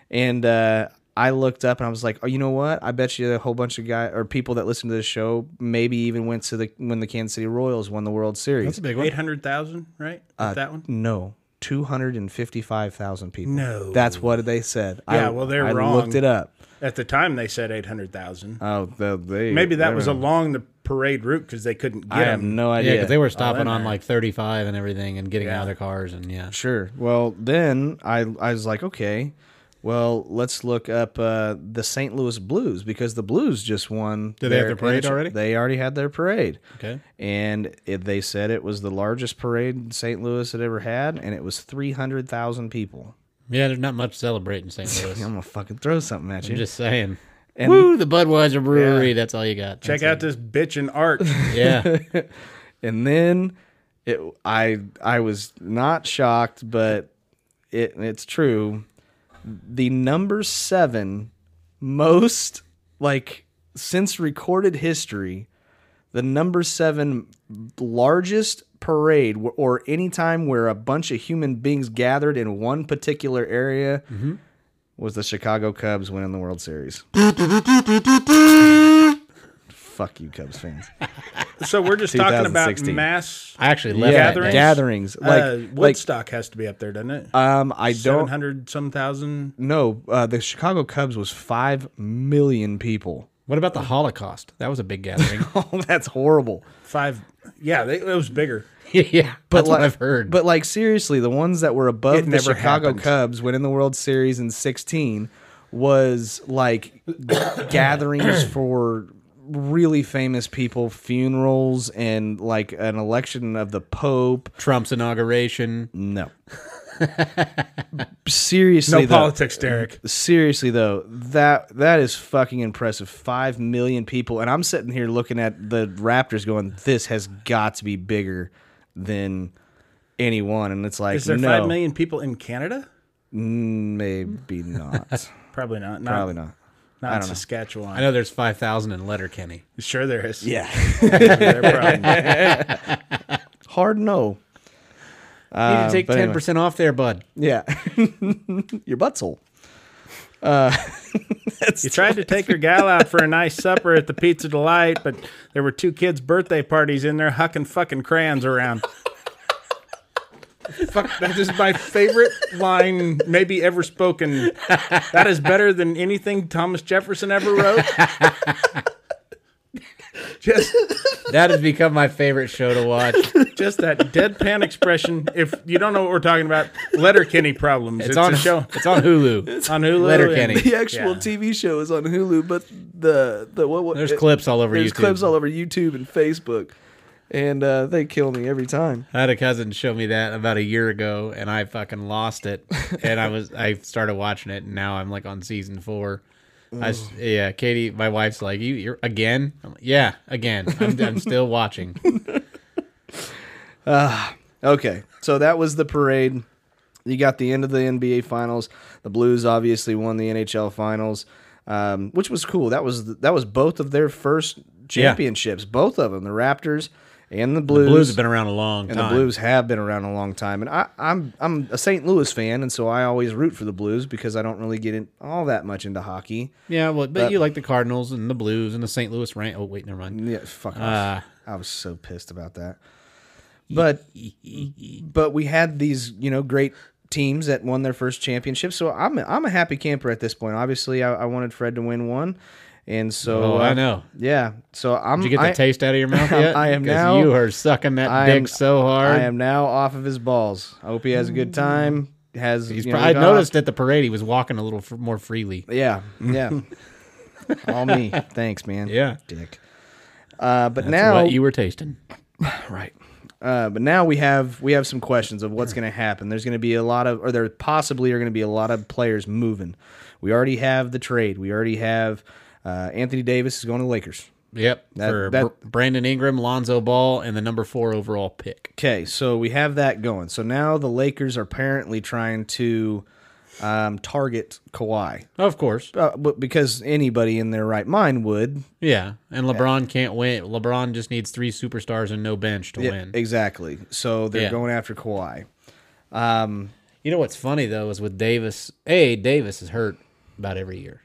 Speaker 1: and uh I looked up and I was like, "Oh, you know what? I bet you a whole bunch of guys or people that listen to this show maybe even went to the when the Kansas City Royals won the World Series."
Speaker 3: big
Speaker 2: Eight hundred thousand, right?
Speaker 1: Uh,
Speaker 2: that one.
Speaker 1: No, two hundred and fifty-five thousand people.
Speaker 2: No.
Speaker 1: that's what they said. I,
Speaker 2: Yeah, well, they're
Speaker 1: I
Speaker 2: wrong.
Speaker 1: looked it up.
Speaker 2: At the time, they said eight hundred thousand.
Speaker 1: Oh, the, they
Speaker 2: Maybe that
Speaker 1: they
Speaker 2: was
Speaker 1: were-
Speaker 2: along the parade route because they couldn't get
Speaker 1: I have
Speaker 2: them.
Speaker 1: no
Speaker 3: Yeah,
Speaker 1: idea.
Speaker 3: because they were stopping
Speaker 2: in
Speaker 3: on
Speaker 2: there.
Speaker 3: like 35 and everything and getting out
Speaker 2: Yeah.
Speaker 3: of their cars and yeah.
Speaker 1: sure. Well, then I I was like, okay, well, let's look up uh, the St. Louis Blues because the Blues just won.
Speaker 3: Do they have their parade already?
Speaker 1: They already had their parade.
Speaker 3: Okay.
Speaker 1: And it, they said it was the largest parade St. Louis had ever had, and it was three hundred thousand people.
Speaker 3: Yeah, there's not much to celebrate in St. Louis.
Speaker 1: I'm
Speaker 3: I'm
Speaker 1: gonna fucking throw something at you.
Speaker 3: just saying.
Speaker 1: And-
Speaker 3: Woo, the Budweiser Brewery. That's all you got.
Speaker 2: Check out this bitch in art.
Speaker 3: Yeah.
Speaker 1: and then it i i was not shocked but it it's true the number 7 most like since recorded history the number 7 largest parade wh- or any time where a bunch of human beings gathered in one particular area was the Chicago Cubs winning the World Series fuck you Cubs fans
Speaker 2: So we're just talking about
Speaker 1: 2016.
Speaker 2: mass.
Speaker 3: I actually left
Speaker 1: yeah,
Speaker 3: that day.
Speaker 1: gatherings,
Speaker 2: Gatherings?
Speaker 1: like
Speaker 2: uh,
Speaker 1: like
Speaker 2: Woodstock has to be up there, doesn't it?
Speaker 1: Um, I
Speaker 2: Seven
Speaker 1: don't
Speaker 2: hundred some thousand.
Speaker 1: know. Uh, the Chicago Cubs was five million people.
Speaker 3: What about the Holocaust? That was a big gathering.
Speaker 1: Oh, that's horrible.
Speaker 2: Five. Yeah, they, it was bigger.
Speaker 3: yeah. But that's what I've heard.
Speaker 1: But like seriously, the ones that were above
Speaker 2: It
Speaker 1: the
Speaker 2: never
Speaker 1: Chicago
Speaker 2: happened.
Speaker 1: Cubs winning the World Series in '16 was like gatherings for really famous people, funerals, and like an election of the Pope.
Speaker 3: Trump's inauguration.
Speaker 1: No. Seriously,
Speaker 2: No
Speaker 1: though.
Speaker 2: politics, Derek.
Speaker 1: seriously though that that is fucking impressive 5 million people and i'm sitting here looking at the raptors going this has got to be bigger than anyone and it's like
Speaker 2: Is there
Speaker 1: no mm,
Speaker 2: five million people in Canada?
Speaker 1: maybe not
Speaker 2: Probably not. not
Speaker 1: probably not
Speaker 2: Not Saskatchewan.
Speaker 3: I know there's 5,000 in Letterkenny.
Speaker 2: Sure, there is.
Speaker 1: yeah
Speaker 2: There probably-
Speaker 1: hard no
Speaker 3: You need to take
Speaker 1: but anyway.
Speaker 3: 10% off there, bud.
Speaker 1: yeah your butthole
Speaker 2: you tried to take your gal out for a nice supper at the Pizza Delight, but there were two kids' birthday parties in there hucking fucking crayons around. Fuck, that is my favorite line maybe ever spoken. That is better than anything Thomas Jefferson ever wrote. Just
Speaker 3: That has become my favorite show to watch.
Speaker 2: just that deadpan expression. If you don't know what we're talking about, Letterkenny problems. It's,
Speaker 3: It's on
Speaker 2: a show
Speaker 3: It's on Hulu.
Speaker 2: on Hulu.
Speaker 3: Letterkenny.
Speaker 2: and-
Speaker 3: The
Speaker 4: The actual
Speaker 2: Yeah.
Speaker 4: TV show is on Hulu, but the the what, what
Speaker 3: There's
Speaker 4: it-
Speaker 3: clips all over
Speaker 4: There's
Speaker 3: YouTube.
Speaker 4: clips all over YouTube and Facebook, and uh, they kill me every time.
Speaker 3: I had a cousin show me that about a year ago, and I fucking lost it. And I was I started watching it, and now I'm like on season four. I s yeah, Katie, my wife's like, you, you're again. I'm like, yeah, again. I'm, I'm still watching.
Speaker 1: Okay, so that was the parade. You got the end of the NBA Finals. The Blues obviously won the NHL Finals, um, which was cool. That was that was both of their first championships. Both of them, the Raptors and the Blues.
Speaker 3: Blues have been around a long
Speaker 1: and
Speaker 3: time.
Speaker 1: the Blues have been around a long time. And I, I'm I'm a St. Louis fan, and so I always root for the Blues because I don't really get in, all that much into hockey.
Speaker 3: Yeah, well, but you like the Cardinals and the Blues and the St. Louis Rams. Oh wait, never mind.
Speaker 1: Yeah, fuck off.
Speaker 3: Uh,
Speaker 1: I was so pissed about that. But but we had these, you know, great teams that won their first championship. So I'm I'm a happy camper at this point. Obviously, I, I wanted Fred to win one, and so
Speaker 3: oh,
Speaker 1: uh,
Speaker 3: I know.
Speaker 1: Yeah, so I'm.
Speaker 3: Did you get the
Speaker 1: I,
Speaker 3: taste out of your mouth
Speaker 1: I
Speaker 3: yet?
Speaker 1: am
Speaker 3: 'Cause
Speaker 1: now-
Speaker 3: You are sucking that
Speaker 1: I
Speaker 3: dick
Speaker 1: am-
Speaker 3: so hard.
Speaker 1: I am now off of his balls. I hope he has a good time. Has
Speaker 3: Mm. He's
Speaker 1: you
Speaker 3: pro-
Speaker 1: know,
Speaker 3: I
Speaker 1: gone-
Speaker 3: noticed at the parade he was walking a little f- more freely.
Speaker 1: Yeah, yeah. All me. Thanks, man.
Speaker 3: Yeah.
Speaker 1: dick. Uh, but
Speaker 3: That's
Speaker 1: now
Speaker 3: what you were tasting.
Speaker 1: Right. Uh, but now we have we have some questions of what's going to happen. There's going to be a lot of, or there possibly are going to be a lot of players moving. We already have the trade. We already have uh, Anthony Davis is going to the Lakers.
Speaker 3: Yep.
Speaker 1: That-
Speaker 3: for
Speaker 1: that-
Speaker 3: Br- Brandon Ingram, Lonzo Ball, and the number four overall pick.
Speaker 1: Okay, so we have that going. So now the Lakers are apparently trying to um, target Kawhi
Speaker 3: Of course.
Speaker 1: uh, but because anybody in their right mind would.
Speaker 3: Yeah. And LeBron can't win. LeBron just needs three superstars and no bench to win.
Speaker 1: Exactly. So they're
Speaker 3: Yeah.
Speaker 1: going after Kawhi.
Speaker 3: you know what's funny, though, is with Davis, A, Davis is hurt about every year.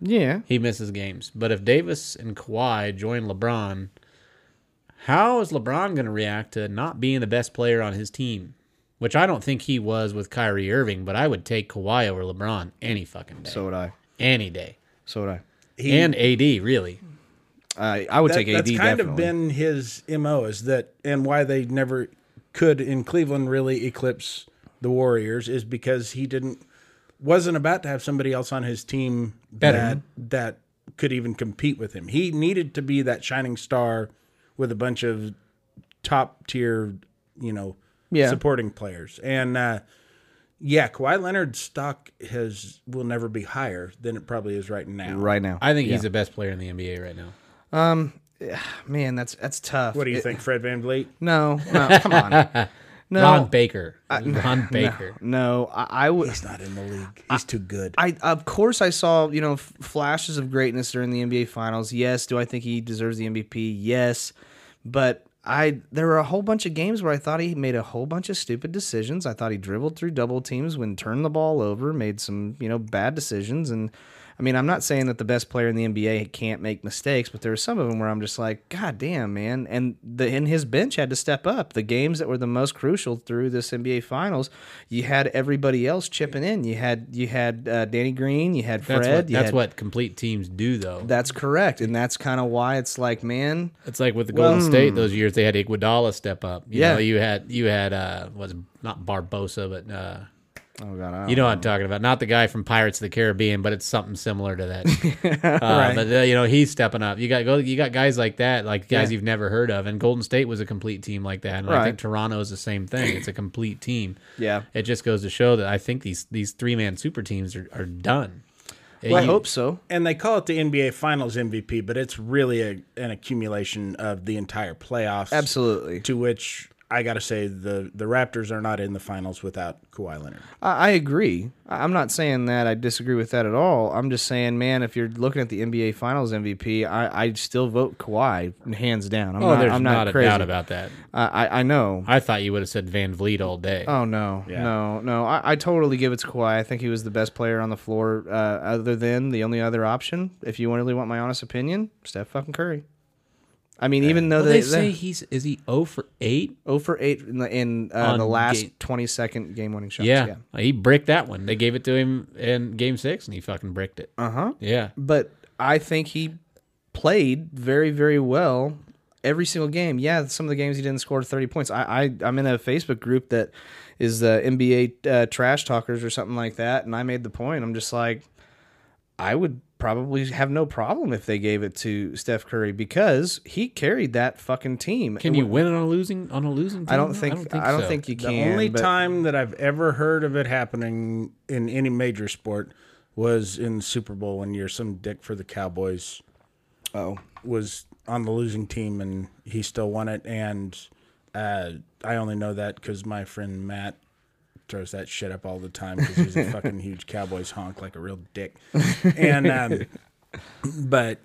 Speaker 1: Yeah.
Speaker 3: He misses games. But if Davis and Kawhi join LeBron, how is LeBron going to react to not being the best player on his team? Which I don't think he was with Kyrie Irving, but I would take Kawhi over LeBron any fucking day.
Speaker 1: So would I.
Speaker 3: any day.
Speaker 1: So would I.
Speaker 3: and AD, really.
Speaker 1: I I would
Speaker 2: That-
Speaker 1: take AD.
Speaker 2: that's kind
Speaker 1: definitely.
Speaker 2: of been his mo is that and why they never could in cleveland really eclipse the warriors is because he didn't wasn't about to have somebody else on his team
Speaker 3: Better.
Speaker 2: that that could even compete with him he needed to be that shining star with a bunch of top tier you know
Speaker 1: Yeah.
Speaker 2: supporting players and uh yeah, Kawhi Leonard's stock has will never be higher than it probably is right now.
Speaker 1: right now.
Speaker 3: I think he's the best player in the NBA right now.
Speaker 1: Man, that's that's tough.
Speaker 2: What do you
Speaker 1: It-
Speaker 2: think, Fred Van Vliet?
Speaker 1: No, no, come on. No,
Speaker 3: Ron Baker. Ron Baker.
Speaker 1: no, I, I would.
Speaker 2: He's not in the league. He's too good.
Speaker 1: I of course I saw you know f- flashes of greatness during the NBA Finals. Yes, do I think he deserves the MVP? Yes, but I there were a whole bunch of games where I thought he made a whole bunch of stupid decisions. I thought he dribbled through double teams when turned the ball over, made some you know bad decisions, and I mean I'm not saying that the best player in the NBA can't make mistakes, but there were some of them where I'm just like, God damn man, and the and his bench had to step up. The games that were the most crucial through this NBA Finals, you had everybody else chipping in. You had you had uh, Danny Green, you had Fred,
Speaker 3: That's, what,
Speaker 1: you
Speaker 3: that's
Speaker 1: had-
Speaker 3: what complete teams do, though.
Speaker 1: That's correct, and that's kind of why it's like, man,
Speaker 3: It's like with the Golden State those years they had Iguodala step up. You
Speaker 1: hmm. Yeah.
Speaker 3: know, you had you had uh was not Barbosa, but uh
Speaker 1: oh god, I don't
Speaker 3: you know what I'm talking about. Not the guy from Pirates of the Caribbean, but it's something similar to that. uh, But uh, you know he's stepping up. You got go. You got guys like that, like guys you've never heard of. And Golden State was a complete team like that. And I
Speaker 1: Right.
Speaker 3: think Toronto is the same thing. It's a complete team.
Speaker 1: Yeah.
Speaker 3: It just goes to show that I think these these three man super teams are, are done. Uh,
Speaker 1: Well, I
Speaker 3: eh, You-
Speaker 1: hope so.
Speaker 2: and they call it the NBA Finals MVP, but it's really a, an accumulation of the entire playoffs.
Speaker 1: Absolutely,
Speaker 2: To which I got to say the the Raptors are not in the finals without Kawhi Leonard.
Speaker 1: I, I agree. I- I'm not saying that I disagree with that at all. I'm just saying, man, if you're looking at the NBA Finals MVP, I I still vote Kawhi hands down. I'm
Speaker 3: Oh,
Speaker 1: not,
Speaker 3: there's
Speaker 1: I'm
Speaker 3: not,
Speaker 1: not,
Speaker 3: a
Speaker 1: crazy.
Speaker 3: doubt about that.
Speaker 1: I I, I know.
Speaker 3: I thought you would have said Van Vliet all day.
Speaker 1: Oh no, no, no! I, I totally give it to Kawhi. I think he was the best player on the floor. Uh, other than the only other option, if you really want my honest opinion, Steph fucking Curry. I mean, even though
Speaker 3: Well,
Speaker 1: they,
Speaker 3: they say he's is he 0 for eight?
Speaker 1: zero for eight in the, in, uh,
Speaker 3: On
Speaker 1: the last
Speaker 3: ga-
Speaker 1: twenty second game winning shots.
Speaker 3: Yeah. he bricked that one. They gave it
Speaker 1: Uh-huh.
Speaker 3: to him in Game Six, and he fucking bricked it. Uh huh. Yeah,
Speaker 1: but I think he played very, very well every single game. Yeah, some of the games he didn't score 30 points. I, I I'm in a Facebook group that is the NBA uh, trash talkers or something like that, and I made the point. I'm just like, I would probably have no problem if they gave it to Steph Curry because he carried that fucking team.
Speaker 3: Can you win it on a losing on a losing? Team?
Speaker 1: I don't think I don't think,
Speaker 3: so.
Speaker 1: you
Speaker 2: The
Speaker 1: can.
Speaker 2: only
Speaker 1: but-
Speaker 2: time that I've ever heard of it happening in any major sport was in the Super Bowl one year. Some dick for the Cowboys
Speaker 4: Oh,
Speaker 2: was on the losing team and he still won it. And uh, I only know that because my friend Matt throws that shit up all the time because he's a fucking huge Cowboys honk like a real dick. And um, but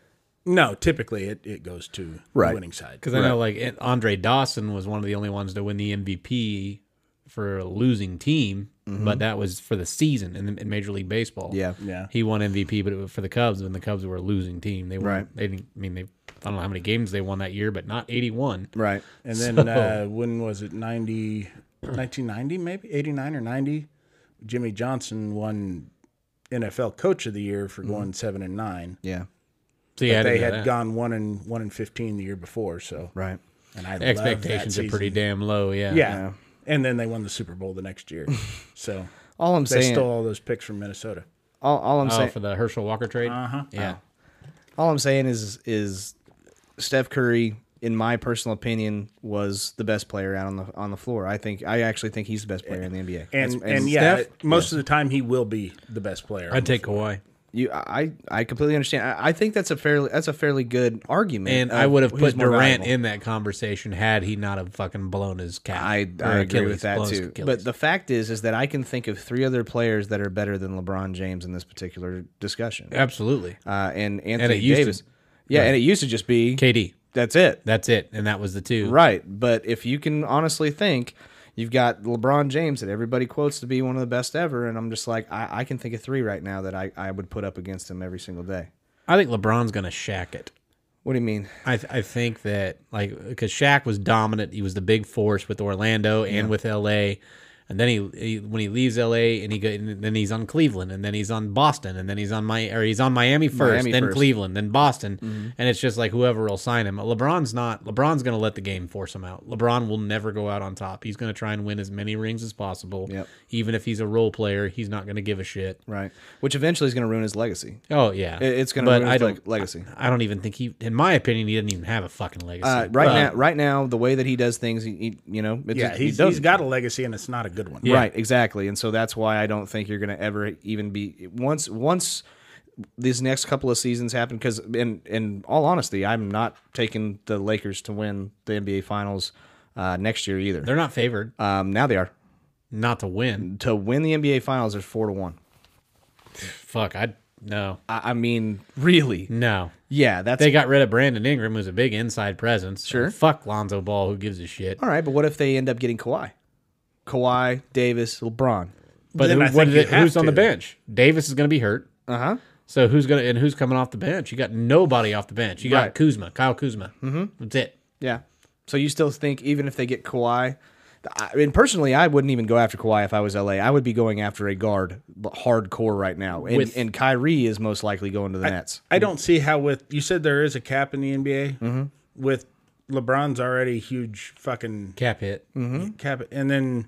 Speaker 2: no, typically it, it goes to
Speaker 4: Right.
Speaker 2: the winning side.
Speaker 3: Because I know, like it- Andre Dawson was one of the only ones to win the MVP for a losing team, but that was for the season in, in Major League Baseball.
Speaker 1: Mm-hmm. Yeah.
Speaker 2: Yeah.
Speaker 3: he won MVP, but it was for the Cubs when the Cubs were a losing team. They won,
Speaker 1: Right.
Speaker 3: They didn't. I mean, they. I don't know how many games they won that year, but not eighty-one.
Speaker 1: Right.
Speaker 2: And then uh, when was it? 90, 1990 maybe? 89 or 90? Jimmy Johnson won NFL coach of the year for going 7 and 9.
Speaker 1: Yeah.
Speaker 3: So yeah, I
Speaker 2: they
Speaker 3: didn't know
Speaker 2: had
Speaker 3: that.
Speaker 2: gone 1 and 1 and 15 the year before, so
Speaker 1: Right.
Speaker 2: and I love that
Speaker 3: expectations are pretty
Speaker 2: season.
Speaker 3: damn low. Yeah.
Speaker 2: Yeah. And then they won the Super Bowl the next year. So
Speaker 1: All I'm
Speaker 2: they
Speaker 1: saying.
Speaker 2: stole all those picks from Minnesota.
Speaker 1: all, all I'm
Speaker 3: Oh,
Speaker 1: saying.
Speaker 3: for the Herschel Walker trade.
Speaker 2: Uh-huh.
Speaker 3: Yeah.
Speaker 1: All I'm saying is is Steph Curry, in my personal opinion, was the best player out on the on the floor. I think I actually think he's the best player in the NBA.
Speaker 2: And
Speaker 1: That's-
Speaker 2: and, yeah,
Speaker 3: Steph-
Speaker 2: most of the time he will be the best player.
Speaker 3: I'd take Kawhi,
Speaker 1: you, I I completely understand. I, I think that's a fairly that's a fairly good argument.
Speaker 3: and
Speaker 1: of
Speaker 3: I would have
Speaker 1: who's
Speaker 3: put
Speaker 1: uh, more
Speaker 3: Durant
Speaker 1: valuable.
Speaker 3: in that conversation had he not have fucking blown his cap.
Speaker 1: I, I
Speaker 3: or
Speaker 1: agree
Speaker 3: Achilles,
Speaker 1: with that
Speaker 3: blown his
Speaker 1: too.
Speaker 3: Achilles.
Speaker 1: But the fact is, is that I can think of three other players that are better than LeBron James in this particular discussion.
Speaker 3: absolutely
Speaker 1: Uh, and Anthony
Speaker 3: it used to-
Speaker 1: Davis. yeah, and it used to just be
Speaker 3: KD.
Speaker 1: that's it.
Speaker 3: That's it, and that was the two.
Speaker 1: Right. But if you can honestly think, you've got LeBron James that everybody quotes to be one of the best ever. And I'm just like, I, I can think of three right now that I, I would put up against him every single day.
Speaker 3: I think LeBron's gonna shack it.
Speaker 1: What do you mean?
Speaker 3: I, th- I think that like because Shaq was dominant, he was the big force with Orlando and with LA, and then he, he when he leaves LA and he go, and then he's on Cleveland and then he's on Boston and then he's on my or he's on Miami first,
Speaker 1: Miami
Speaker 3: then
Speaker 1: first. Mm-hmm.
Speaker 3: Cleveland, then Boston, and it's just like whoever will sign him. LeBron's not LeBron's gonna let the game force him out. LeBron will never go out on top. He's gonna try and win as many rings as possible.
Speaker 1: Yep.
Speaker 3: Even if he's a role player, he's not gonna give a shit.
Speaker 1: Right. Which eventually is going to ruin his legacy.
Speaker 3: Oh yeah,
Speaker 1: It- it's going to
Speaker 3: But
Speaker 1: ruin
Speaker 3: I
Speaker 1: his
Speaker 3: don't.
Speaker 1: leg- legacy.
Speaker 3: I don't even think he, in my opinion, he didn't even have a fucking legacy.
Speaker 1: Uh, right
Speaker 3: But-
Speaker 1: now, right now, the way that he does things, he, he- you know, it's
Speaker 2: yeah,
Speaker 1: just- he
Speaker 2: he's,
Speaker 1: does
Speaker 2: he's got a legacy and it's not a good one.
Speaker 3: Yeah.
Speaker 1: Right, exactly. And so that's why I don't think you're going to ever even be once once these next couple of seasons happen cuz in in all honesty, I'm not taking the Lakers to win the NBA finals uh, next year either.
Speaker 3: They're not favored
Speaker 1: Um, now they are.
Speaker 3: not to win.
Speaker 1: To win the NBA finals there's 4 to 1.
Speaker 3: Fuck, I no,
Speaker 1: I, I mean, really?
Speaker 3: no.
Speaker 1: Yeah, that's
Speaker 3: They got rid of Brandon Ingram, who's a big inside presence.
Speaker 1: Sure.
Speaker 3: Fuck Lonzo Ball, who gives a shit.
Speaker 1: All right, but what if they end up getting Kawhi? Kawhi, Davis, LeBron.
Speaker 3: But
Speaker 2: Then
Speaker 3: who-
Speaker 2: I
Speaker 3: what
Speaker 2: think
Speaker 3: did it-
Speaker 2: you have
Speaker 3: who's on the
Speaker 2: to.
Speaker 3: bench? Davis is going to be hurt.
Speaker 1: Uh-huh.
Speaker 3: So who's going to and who's coming off the bench? You got nobody off the bench. You got
Speaker 1: Right.
Speaker 3: Kuzma, Kyle Kuzma. Mm-hmm. That's it.
Speaker 1: Yeah. So you still think even if they get Kawhi, I mean personally, I wouldn't even go after Kawhi if I was LA. I would be going after a guard, but hardcore right now, and
Speaker 3: With-
Speaker 1: and Kyrie is most likely going to the Nets.
Speaker 2: I don't see how with you said there is a cap in the NBA
Speaker 1: Mm-hmm.
Speaker 2: with LeBron's already huge fucking
Speaker 3: Cap hit.
Speaker 2: Mm-hmm.
Speaker 1: Mm-hmm.
Speaker 2: cap, and then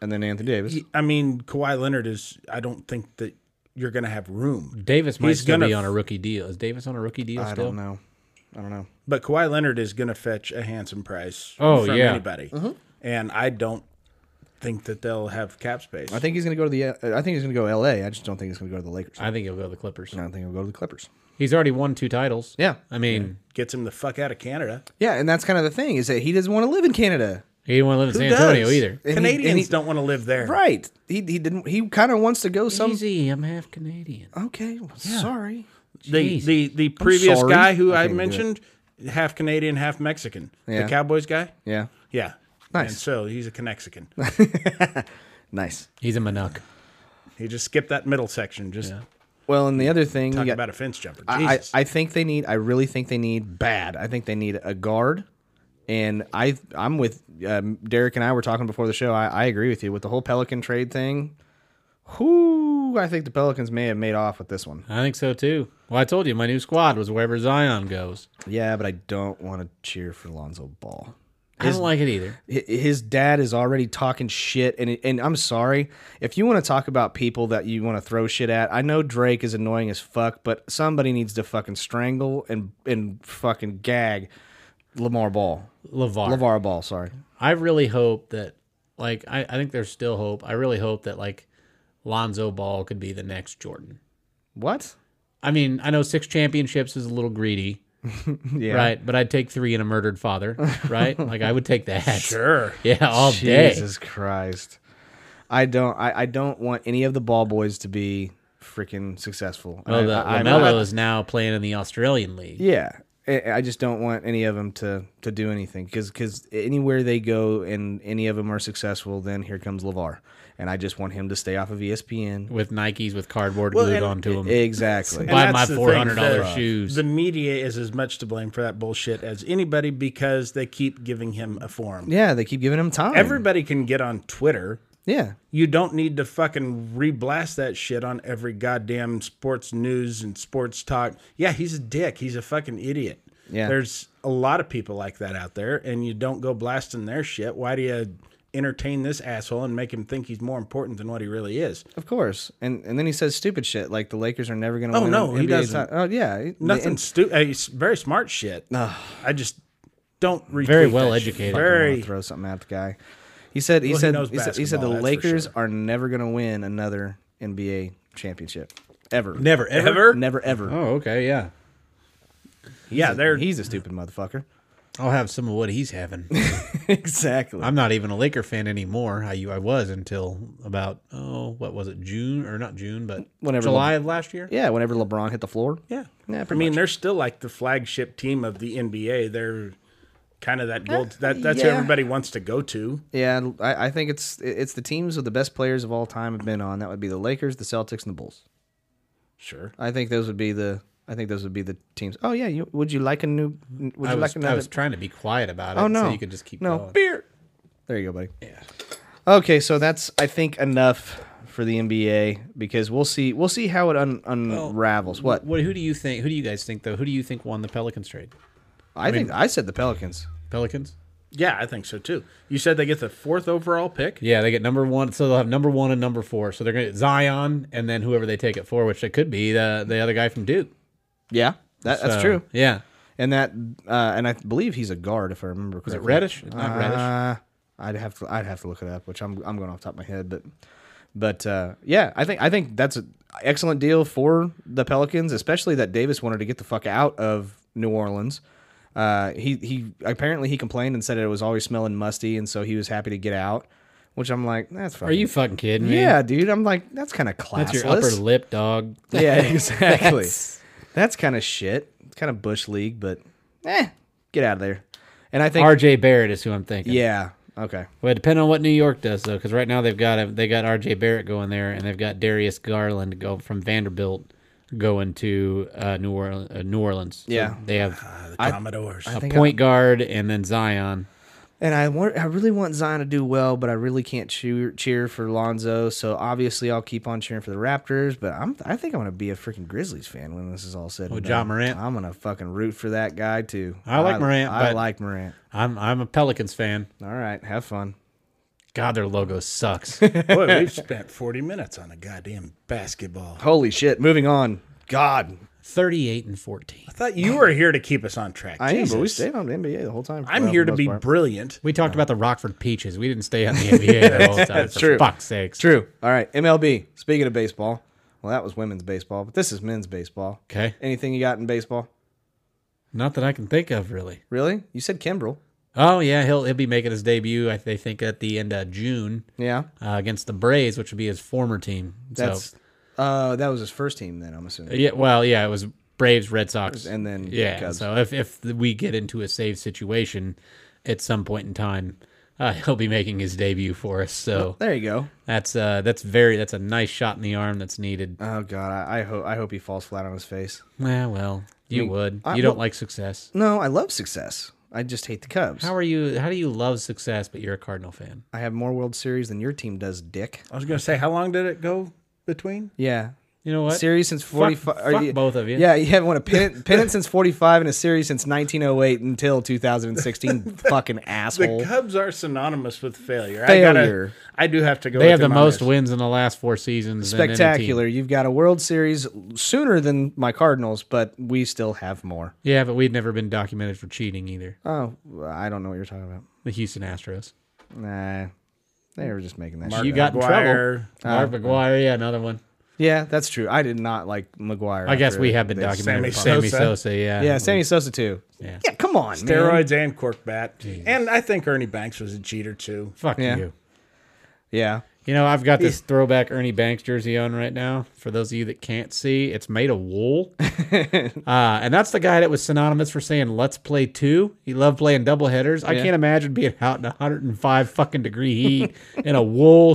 Speaker 1: And then Anthony Davis.
Speaker 2: I mean Kawhi Leonard is. I don't think that you're gonna have room,
Speaker 3: Davis might
Speaker 2: He's
Speaker 3: still
Speaker 2: gonna
Speaker 3: be
Speaker 2: f-
Speaker 3: on a rookie deal. Is Davis on a rookie deal
Speaker 1: I
Speaker 3: still?
Speaker 1: don't know. I don't know.
Speaker 2: but Kawhi Leonard is gonna fetch a handsome price.
Speaker 3: Oh,
Speaker 2: from
Speaker 3: yeah.
Speaker 2: anybody,
Speaker 1: Mm-hmm.
Speaker 2: and I don't think that they'll have cap space.
Speaker 1: I think he's going to go to the. uh, I think he's going to go LA. I just don't think he's going to go to the Lakers. I
Speaker 3: I think he'll go to the Clippers.
Speaker 1: don't think he'll go to the Clippers.
Speaker 3: He's already won two titles.
Speaker 1: Yeah.
Speaker 3: I mean,
Speaker 2: gets him the fuck out of Canada.
Speaker 1: Yeah, and that's kind of the thing is that he doesn't want to live in Canada.
Speaker 3: he didn't want to live in San
Speaker 1: does?
Speaker 3: Antonio either.
Speaker 1: And he- and
Speaker 2: Canadians
Speaker 1: he-
Speaker 2: don't want to live there.
Speaker 1: Right. He he didn't. He kind of wants to go some.
Speaker 3: Easy, I'm half Canadian.
Speaker 1: Okay. well, Sorry.
Speaker 2: The
Speaker 3: Jeez.
Speaker 2: the the previous
Speaker 1: sorry.
Speaker 2: guy who
Speaker 1: I
Speaker 2: I,
Speaker 1: can't do it.
Speaker 2: mentioned, half Canadian, half Mexican.
Speaker 1: Yeah.
Speaker 2: The Cowboys guy.
Speaker 1: Yeah.
Speaker 2: Yeah.
Speaker 1: Nice.
Speaker 2: And so he's a Conexican.
Speaker 1: Nice.
Speaker 3: He's a Minook.
Speaker 2: he just skipped that middle section. Just
Speaker 1: Well, and the other thing you
Speaker 2: talk
Speaker 1: got-
Speaker 2: about a fence jumper.
Speaker 1: I, I-
Speaker 2: Jesus.
Speaker 1: I think they need. I really think they need bad. I think they need a guard, and I I'm with um, Derek and I were talking before the show. I, I agree with you with the whole Pelican trade thing. Whoo! Ooh, I think the Pelicans may have made off with this one.
Speaker 3: I think so too. Well, I told you my new squad was wherever Zion goes.
Speaker 1: Yeah, but I don't want to cheer for Lonzo Ball.
Speaker 3: I don't like it either.
Speaker 1: Hi- His dad is already talking shit, and and I'm sorry if you want to talk about people that you want to throw shit at. I know Drake is annoying as fuck, but somebody needs to fucking strangle and and fucking gag Lamar Ball,
Speaker 3: Lavar.
Speaker 1: Lavar Ball. Sorry,
Speaker 3: I really hope that, like, I, I think there's still hope. I really hope that, like, Lonzo Ball could be the next Jordan.
Speaker 1: what?
Speaker 3: I mean, I know six championships is a little greedy,
Speaker 1: Yeah,
Speaker 3: right? But I'd take three and a murdered father, right? like, I would take that.
Speaker 2: Sure.
Speaker 3: Yeah, all day.
Speaker 1: Jesus Christ. I don't. I, I don't want any of the ball boys to be freaking successful.
Speaker 3: Well,
Speaker 1: I-
Speaker 3: the,
Speaker 1: I- I'm-
Speaker 3: LaMelo
Speaker 1: I-
Speaker 3: is now playing in the Australian League.
Speaker 1: Yeah, I I just don't want any of them to to do anything because anywhere they go and any of them are successful, then here comes Levar, and I just want him to stay off of E ESPN.
Speaker 3: With Nikes with cardboard
Speaker 2: Well,
Speaker 3: glued
Speaker 2: and-
Speaker 3: onto them.
Speaker 1: Exactly.
Speaker 3: Buy
Speaker 2: And
Speaker 3: my
Speaker 2: that's the thing,
Speaker 3: $400
Speaker 2: the-
Speaker 3: shoes.
Speaker 2: The media is as much to blame for that bullshit as anybody because they keep giving him a forum.
Speaker 1: Yeah, they keep giving him time.
Speaker 2: Everybody can get on Twitter.
Speaker 1: yeah,
Speaker 2: You don't need to fucking reblast that shit on every goddamn sports news and sports talk. Yeah, he's a dick. He's a fucking idiot.
Speaker 1: Yeah.
Speaker 2: There's a lot of people like that out there, and you don't go blasting their shit. Why do you entertain this asshole and make him think he's more important than what he really is?
Speaker 1: of course. And and then he says stupid shit like the Lakers are never going to.
Speaker 2: Oh,
Speaker 1: win
Speaker 2: no,
Speaker 1: an
Speaker 2: he
Speaker 1: NBA
Speaker 2: doesn't.
Speaker 1: ti- Oh yeah,
Speaker 2: Nothing
Speaker 1: And-
Speaker 2: stupid. Very smart shit. I just don't. retweet
Speaker 3: Very
Speaker 2: that
Speaker 3: well
Speaker 2: shit.
Speaker 3: educated.
Speaker 1: want
Speaker 2: Very.
Speaker 1: to throw something at the guy. He said he
Speaker 2: Well, he
Speaker 1: said
Speaker 2: knows
Speaker 1: he, said he said the
Speaker 2: basketball, that's for
Speaker 1: Lakers
Speaker 2: sure.
Speaker 1: are never going to win another NBA championship ever.
Speaker 3: Never, ever.
Speaker 1: Never ever.
Speaker 3: Oh, okay, yeah.
Speaker 2: Yeah, they're
Speaker 1: He's a stupid motherfucker.
Speaker 3: I'll have some of what he's having.
Speaker 1: exactly.
Speaker 3: I'm not even a Laker fan anymore. I, I was until about oh, what was it, June or not June, but
Speaker 1: Whenever
Speaker 3: July of last year.
Speaker 1: yeah, whenever LeBron hit the floor.
Speaker 2: Yeah.
Speaker 1: Yeah,
Speaker 2: I
Speaker 1: pretty
Speaker 2: mean, they're still like the flagship team of the NBA. They're kind of that gold. That that's who
Speaker 1: yeah.
Speaker 2: everybody wants to go to.
Speaker 1: Yeah, I, I think it's it's the teams with the best players of all time have been on. That would be the Lakers, the Celtics, and the Bulls.
Speaker 2: Sure.
Speaker 1: I think those would be the I think those would be the teams. Oh yeah, you, would you like a new? Would you
Speaker 3: I was,
Speaker 1: like
Speaker 3: I
Speaker 1: another?
Speaker 3: was trying to be quiet about it.
Speaker 1: oh no,
Speaker 3: so you could just keep
Speaker 1: no
Speaker 3: going.
Speaker 1: beer. There you go, buddy. Yeah. Okay, so that's I think enough for the NBA because we'll see we'll see how it un, unravels. what
Speaker 3: What? Who do you think? Who do you guys think though? Who do you think won the Pelicans trade?
Speaker 1: I, think I said the Pelicans.
Speaker 3: Pelicans?
Speaker 2: Yeah, I think so too. You said they get the fourth overall pick.
Speaker 3: Yeah, they get number one, so they'll have number one and number four. So they're gonna get Zion and then whoever they take it for, which it could be the the other guy from Duke.
Speaker 1: Yeah, that, that's
Speaker 3: So,
Speaker 1: true.
Speaker 3: Yeah,
Speaker 1: And that uh, and I believe he's a guard if I remember correctly.
Speaker 3: is it Reddish? Not Reddish.
Speaker 1: Uh, I'd have to I'd have to look it up, which I'm I'm going off the top of my head, but but uh, yeah, I think I think that's an excellent deal for the Pelicans, especially that Davis wanted to get the fuck out of New Orleans. Uh, he he apparently he complained and said it was always smelling musty, and so he was happy to get out. Which I'm like, that's fucking.
Speaker 3: Are you fucking kidding me?
Speaker 1: Yeah, dude. I'm like, that's kind of classless.
Speaker 3: that's your upper lip, dog.
Speaker 1: Yeah, exactly.
Speaker 3: That's-
Speaker 1: that's kind of shit. It's kind of bush league, but eh, get out of there. And I think,
Speaker 3: RJ Barrett is who I'm thinking.
Speaker 1: yeah, okay.
Speaker 3: Well, depending on what New York does, though, because right now they've got they got R.J. Barrett going there, and they've got Darius Garland go from Vanderbilt going to uh, New Orleans. Uh, New Orleans. So
Speaker 1: Yeah.
Speaker 3: they have
Speaker 2: The Commodores.
Speaker 3: a
Speaker 1: think
Speaker 3: point guard and then Zion.
Speaker 1: And I want, I really want Zion to do well, but I really can't cheer, cheer for Lonzo. So obviously, I'll keep on cheering for the Raptors. But I'm, I think I'm gonna be a freaking Grizzlies fan when this is all said. and
Speaker 3: Oh, Ja
Speaker 1: done.
Speaker 3: Morant.
Speaker 1: I'm gonna fucking root for that guy too.
Speaker 3: I like Morant,
Speaker 1: I
Speaker 3: but-
Speaker 1: like Morant.
Speaker 3: I'm I'm a Pelicans fan.
Speaker 1: All right, have fun.
Speaker 3: God, their logo sucks.
Speaker 2: Boy, we've spent forty minutes on a goddamn basketball.
Speaker 1: Holy shit! Moving on. God,
Speaker 3: Thirty-eight and fourteen.
Speaker 2: I thought you were here to keep us on track.
Speaker 1: I am, but we
Speaker 2: Jesus.
Speaker 1: stayed on the NBA the whole time.
Speaker 2: I'm
Speaker 1: Well,
Speaker 2: here
Speaker 1: for
Speaker 2: to
Speaker 1: the
Speaker 2: be
Speaker 1: most part.
Speaker 2: brilliant.
Speaker 3: We talked about the Rockford Peaches. We didn't stay on the NBA the whole time. That's for
Speaker 1: true.
Speaker 3: Fuck's sakes.
Speaker 1: True. All right. MLB. Speaking of baseball, well, that was women's baseball, but this is men's baseball.
Speaker 3: Okay.
Speaker 1: Anything you got in baseball?
Speaker 3: Not that I can think of, really.
Speaker 1: Really? You said Kimbrel.
Speaker 3: Oh yeah, he'll he'll be making his debut. I, they think at the end of June.
Speaker 1: Yeah.
Speaker 3: uh, against the Braves, which would be his former team.
Speaker 1: That's.
Speaker 3: so,
Speaker 1: uh, that was his first team then. I'm assuming.
Speaker 3: yeah, well, yeah, it was Braves, Red Sox,
Speaker 1: And then
Speaker 3: yeah.
Speaker 1: Cubs.
Speaker 3: So if if we get into a save situation at some point in time, uh, he'll be making his debut for us. So
Speaker 1: There you go.
Speaker 3: that's uh, that's very that's a nice shot in the arm that's needed.
Speaker 1: Oh God, I, I hope I hope he falls flat on his face.
Speaker 3: Yeah, well, you
Speaker 1: mean,
Speaker 3: would.
Speaker 1: I-
Speaker 3: you don't
Speaker 1: well-
Speaker 3: like success.
Speaker 1: No, I love success. I just hate the Cubs.
Speaker 3: How are you? How do you love success, but you're a Cardinal fan?
Speaker 1: I have more World Series than your team does, Dick.
Speaker 2: I was gonna say, how long did it go? between?
Speaker 1: Yeah.
Speaker 3: You know what?
Speaker 1: Series since 45.
Speaker 3: fuck both of you.
Speaker 1: Yeah, you haven't won a pennant, pennant since 45 and a series since 1908 until 2016. fucking
Speaker 2: The
Speaker 1: asshole.
Speaker 2: Cubs are synonymous with failure.
Speaker 1: Failure.
Speaker 2: I gotta. I do have to go.
Speaker 3: They
Speaker 2: with
Speaker 3: have the
Speaker 2: them on
Speaker 3: most
Speaker 2: this.
Speaker 3: wins in the last four seasons. than any team.
Speaker 1: Spectacular. You've got a World Series sooner than my Cardinals, but we still have more.
Speaker 3: Yeah, but we'd never been documented for cheating either.
Speaker 1: Oh, I don't know what you're talking about.
Speaker 3: The Houston Astros.
Speaker 1: Nah. They were just making that
Speaker 3: you
Speaker 1: shit. up.
Speaker 3: got in
Speaker 2: Maguire,
Speaker 3: trouble. Mark McGuire, yeah, another one.
Speaker 1: Yeah, that's true. I did not like McGuire.
Speaker 3: I guess
Speaker 1: after
Speaker 3: we have been
Speaker 1: they-
Speaker 3: documented.
Speaker 2: Sammy
Speaker 3: Sammy Sosa.
Speaker 2: Sosa.
Speaker 3: yeah.
Speaker 1: Yeah, Sammy Sosa too.
Speaker 3: Yeah.
Speaker 1: come on, man.
Speaker 2: Steroids and cork bat, and I think Ernie Banks was a cheater too.
Speaker 3: Fuck
Speaker 1: Yeah.
Speaker 3: you.
Speaker 1: Yeah,
Speaker 3: You know, I've got this throwback Ernie Banks jersey on right now. For those of you that can't see, it's made of wool. uh, and that's the guy that was synonymous for saying, let's play two. He loved playing double headers. I can't imagine being out in 105 fucking degree heat in a wool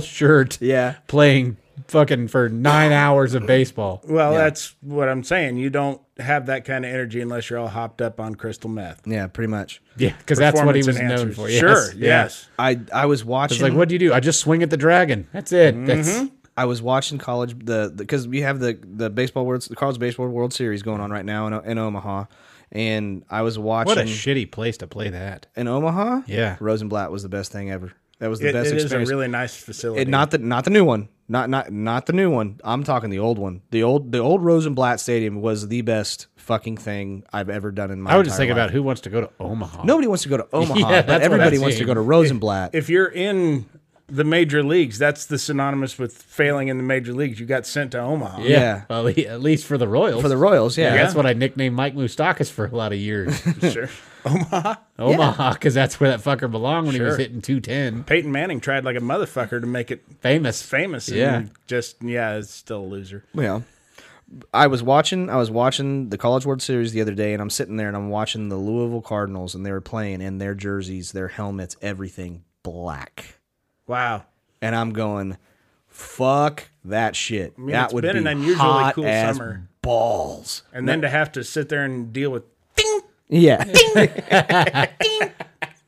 Speaker 3: shirt
Speaker 1: yeah.
Speaker 3: playing fucking for nine hours of baseball.
Speaker 2: Well, that's what I'm saying. You don't have that kind of energy unless you're all hopped up on crystal meth.
Speaker 1: Yeah, pretty much.
Speaker 3: Yeah, because that's what he was
Speaker 2: Performance
Speaker 3: known
Speaker 2: enhancers.
Speaker 3: for.
Speaker 2: Sure, yes.
Speaker 1: I I was
Speaker 3: It's
Speaker 1: watching
Speaker 3: like, what do you do? I just swing at the dragon. That's it.
Speaker 1: Mm-hmm.
Speaker 3: That's
Speaker 1: I was watching college the because we have the the baseball world the college baseball world series going on right now in, O- in Omaha, and I was watching
Speaker 3: what a shitty place to play that.
Speaker 1: in Omaha.
Speaker 3: Yeah.
Speaker 1: Rosenblatt was the best thing ever. That was the
Speaker 2: It,
Speaker 1: best
Speaker 2: it is a
Speaker 1: experience.
Speaker 2: really nice facility.
Speaker 1: It- not the not the new one. Not not not the new one. I'm talking the old one. The old the old Rosenblatt Stadium was the best fucking thing I've ever done in my.
Speaker 3: I was just
Speaker 1: entire
Speaker 3: thinking
Speaker 1: life.
Speaker 3: about who wants to go to Omaha.
Speaker 1: Nobody wants to go to Omaha,
Speaker 3: Yeah, that's
Speaker 1: but
Speaker 3: what
Speaker 1: everybody
Speaker 3: I'm
Speaker 1: wants to
Speaker 3: saying.
Speaker 1: go to Rosenblatt.
Speaker 2: if you're in the major leagues, that's the synonymous with failing in the major leagues. You got sent to Omaha.
Speaker 3: Yeah.
Speaker 1: Yeah.
Speaker 3: Well, at le- at least for the Royals.
Speaker 1: for the Royals, yeah.
Speaker 3: Yeah, that's what I nicknamed Mike Moustakis for a lot of years.
Speaker 2: Sure.
Speaker 3: Omaha, because that's where that fucker belonged when he was hitting 210.
Speaker 2: Peyton Manning tried like a motherfucker to make it
Speaker 3: Famous.
Speaker 2: famous. And
Speaker 3: Yeah.
Speaker 2: Just yeah, it's still a loser.
Speaker 1: Yeah. I was watching I was watching the College World Series the other day and I'm sitting there and I'm watching the Louisville Cardinals and they were playing in their jerseys, their helmets, everything black.
Speaker 2: Wow.
Speaker 1: And I'm going, fuck that shit.
Speaker 2: mean,
Speaker 1: that
Speaker 2: it's
Speaker 1: would
Speaker 2: been
Speaker 1: be
Speaker 2: an unusually
Speaker 1: hot
Speaker 2: cool
Speaker 1: as
Speaker 2: summer.
Speaker 1: balls.
Speaker 2: And then to have to sit there and deal with
Speaker 1: Yeah.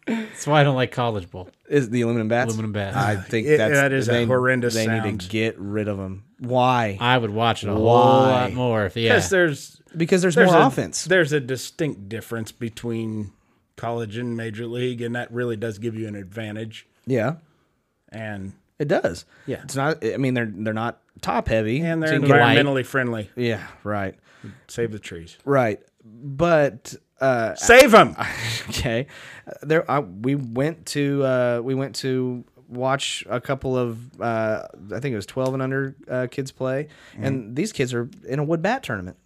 Speaker 3: That's why I don't like college bowl.
Speaker 1: is the aluminum bats?
Speaker 3: Aluminum bats.
Speaker 1: I think
Speaker 2: It-
Speaker 1: that's,
Speaker 2: that is a
Speaker 1: they,
Speaker 2: horrendous
Speaker 1: They need
Speaker 2: sound.
Speaker 1: to get rid of them. Why?
Speaker 3: I would watch it a whole
Speaker 1: Why?
Speaker 3: lot more if, yeah.
Speaker 2: yes, there's
Speaker 1: because there's,
Speaker 2: there's
Speaker 1: more
Speaker 2: a,
Speaker 1: offense.
Speaker 2: There's a distinct difference between college and major league, and that really does give you an advantage.
Speaker 1: Yeah.
Speaker 2: And
Speaker 1: It does.
Speaker 2: Yeah.
Speaker 1: It's not I mean they're they're not top heavy.
Speaker 2: and
Speaker 1: so
Speaker 2: they're
Speaker 1: you can get-
Speaker 3: light.
Speaker 2: environmentally friendly.
Speaker 1: Yeah, right.
Speaker 2: Save the trees.
Speaker 1: Right. But uh
Speaker 2: Save them.
Speaker 1: okay. There I, we went to uh we went to watch a couple of uh I think it was 12 and under uh, kids play
Speaker 3: Mm-hmm.
Speaker 1: and these kids are in a wood bat tournament.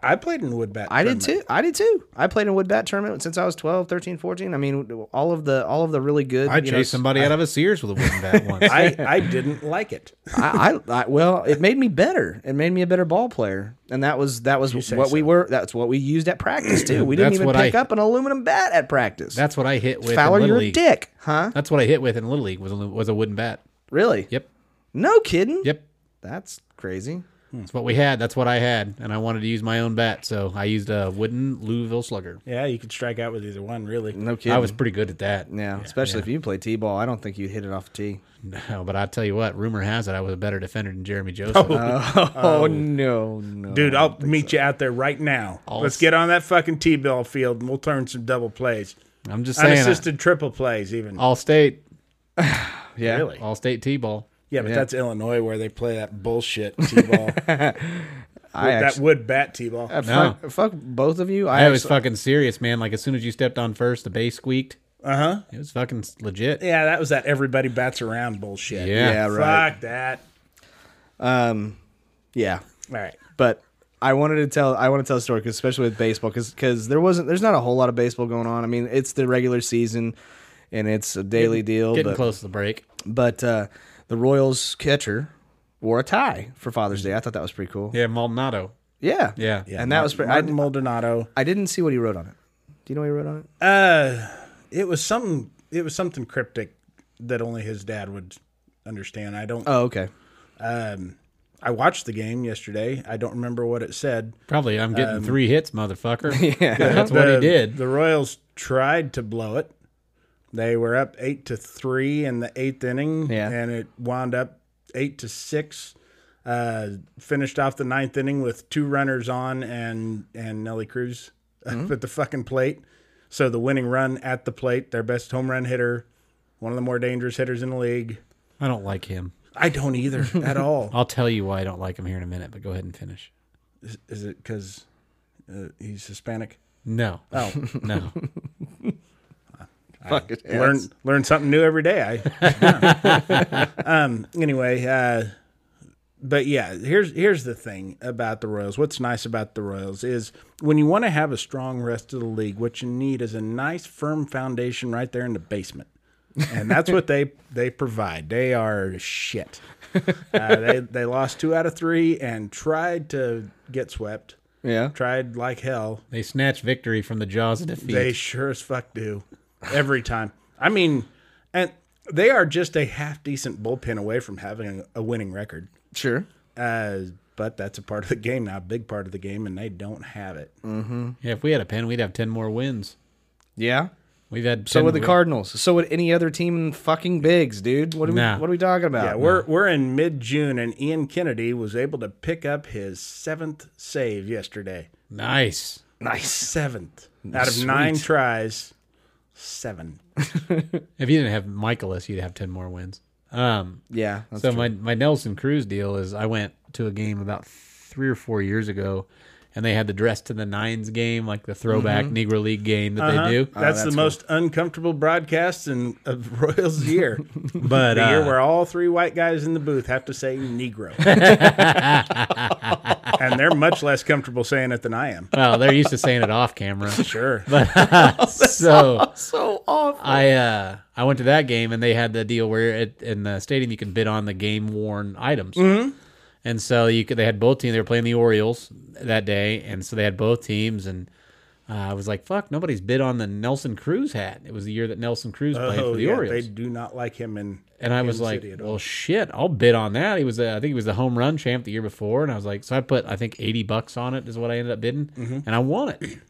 Speaker 2: I played in wood bat.
Speaker 1: I did too. I did too. I played in wood bat tournament since I was 12, 13, 14. I mean all of the all of the really good
Speaker 3: I
Speaker 1: you know,
Speaker 3: chased somebody out of a Sears with a wooden bat once.
Speaker 2: I, I didn't like it.
Speaker 1: I, I, I well, it made me better. It made me a better ball player, and that was that was what we were. That's what we used at practice too. We didn't
Speaker 3: That's
Speaker 1: even
Speaker 3: what
Speaker 1: pick
Speaker 3: I-
Speaker 1: up an aluminum bat at practice.
Speaker 3: that's what I hit with
Speaker 1: Fowler,
Speaker 3: in Little
Speaker 1: you're a
Speaker 3: League.
Speaker 1: dick, huh?
Speaker 3: That's what I hit with in Little League was a, was a wooden bat.
Speaker 1: Really?
Speaker 3: Yep.
Speaker 1: No kidding.
Speaker 3: Yep.
Speaker 1: That's crazy.
Speaker 3: That's what we had. That's what I had. And I wanted to use my own bat. So I used a wooden Louisville slugger.
Speaker 2: Yeah, you could strike out with either one, really.
Speaker 1: No kidding.
Speaker 3: I was pretty good at that.
Speaker 1: yeah, especially if you play t-ball. I don't think you'd hit it off the tee.
Speaker 3: No, but I tell you what, rumor has it I was a better defender than Jeremy Joseph.
Speaker 1: Oh no, no,
Speaker 2: Dude, I'll meet you out there right now. Let's get on that fucking T ball field and we'll turn some double plays.
Speaker 3: I'm just saying. uh,
Speaker 2: Unassisted triple plays, even.
Speaker 3: All state,
Speaker 1: yeah.
Speaker 3: all state T-ball.
Speaker 2: yeah, but that's Illinois where they play that bullshit T ball.
Speaker 1: I
Speaker 2: that
Speaker 1: actually,
Speaker 2: wood bat T ball.
Speaker 3: No.
Speaker 1: fuck, fuck both of you. I,
Speaker 3: I was
Speaker 1: actually-
Speaker 3: fucking serious, man. Like as soon as you stepped on first, the base squeaked. Uh huh. It was fucking s- legit. Yeah.
Speaker 2: Yeah, that was that everybody bats around bullshit.
Speaker 1: yeah, right.
Speaker 2: Fuck that.
Speaker 1: Yeah.
Speaker 2: All right.
Speaker 1: but I wanted to tell I want to tell a story 'cause especially with baseball because there wasn't there's not a whole lot of baseball going on. I mean it's the regular season and it's a daily deal,
Speaker 3: Getting
Speaker 1: but
Speaker 3: close to the break.
Speaker 1: but uh, the Royals catcher wore a tie for Father's Day. I thought that was pretty cool.
Speaker 3: Yeah, Maldonado.
Speaker 1: yeah,
Speaker 3: Yeah.
Speaker 1: and that was pretty. I,
Speaker 2: Martin Maldonado.
Speaker 1: I didn't see what he wrote on it. Do you know what he wrote on it?
Speaker 2: Uh, it was something. It was something cryptic that only his dad would understand. I don't.
Speaker 1: Oh, okay.
Speaker 2: I watched the game yesterday. I don't remember what it said.
Speaker 3: Probably. I'm getting three hits, motherfucker. Yeah. That's
Speaker 2: the,
Speaker 3: what he did.
Speaker 2: The Royals tried to blow it. They were up eight to three in the eighth inning,
Speaker 1: Yeah.
Speaker 2: and it wound up eight to six. Uh, finished off the ninth inning with two runners on and and Nelly Cruz up
Speaker 3: Hmm.
Speaker 2: at the fucking plate. So the winning run at the plate, their best home run hitter, one of the more dangerous hitters in the league.
Speaker 3: I don't like him.
Speaker 2: I don't either at all.
Speaker 3: I'll tell you why I don't like him here in a minute, but go ahead and finish.
Speaker 2: Is, is it because uh, he's Hispanic?
Speaker 3: No.
Speaker 2: Oh,
Speaker 3: No.
Speaker 4: Fuck it.
Speaker 2: learn learn something new every day. I um anyway, uh but yeah, here's here's the thing about the Royals. What's nice about the Royals is when you want to have a strong rest of the league, what you need is a nice firm foundation right there in the basement. And that's what they they provide. They are shit. Uh, they they lost two out of three and tried to get swept.
Speaker 1: Yeah.
Speaker 2: Tried like hell.
Speaker 3: they snatch victory from the jaws of defeat.
Speaker 2: They sure as fuck do. Every time. I mean, and they are just a half decent bullpen away from having a winning record.
Speaker 4: Sure.
Speaker 2: Uh, but that's a part of the game now, a big part of the game, and they don't have it.
Speaker 3: yeah, if we had a pen, we'd have 10 more wins.
Speaker 1: Yeah.
Speaker 3: We've had
Speaker 1: So
Speaker 3: 10
Speaker 1: would the
Speaker 3: win-
Speaker 1: Cardinals. So would any other team in fucking bigs, dude. What are we
Speaker 3: Nah.
Speaker 1: what are we talking about?
Speaker 2: Yeah, we're we're in mid June, and Ian Kennedy was able to pick up his seventh save yesterday.
Speaker 3: Nice.
Speaker 1: nice.
Speaker 2: Seventh out of nine tries, seven.
Speaker 3: If you didn't have Michaelis, you'd have 10 more wins. Um,
Speaker 1: Yeah. that's
Speaker 3: so
Speaker 1: true.
Speaker 3: my, my Nelson Cruz deal is I went to a game about three or four years ago, and they had the dress to the nines game, like the throwback
Speaker 1: Mm-hmm.
Speaker 3: Negro League game that
Speaker 1: Uh-huh.
Speaker 3: they do.
Speaker 2: Oh, That's, the most uncomfortable broadcast in of Royals year.
Speaker 3: But
Speaker 2: The year
Speaker 3: uh,
Speaker 2: where all three white guys in the booth have to say Negro. and they're much less comfortable saying it than I am.
Speaker 3: well, they're used to saying it off camera.
Speaker 2: Sure.
Speaker 3: so
Speaker 4: So off.
Speaker 3: I uh I went to that game and they had the deal where at, in the stadium you can bid on the game worn items.
Speaker 2: Mm-hmm.
Speaker 3: And so you could they had both teams. They were playing the Orioles that day, and so they had both teams. And uh, I was like, "Fuck, nobody's bid on the Nelson Cruz hat." It was the year that Nelson Cruz played
Speaker 2: Oh,
Speaker 3: for the
Speaker 2: yeah,
Speaker 3: Orioles.
Speaker 2: they do not like him in
Speaker 3: And I was
Speaker 2: Kansas
Speaker 3: like,
Speaker 2: City at all.
Speaker 3: well, shit, I'll bid on that. He was, uh, I think he was the home run champ the year before. And I was like, so I put, I think 80 bucks on it is what I ended up bidding.
Speaker 2: Mm-hmm.
Speaker 3: And I won it.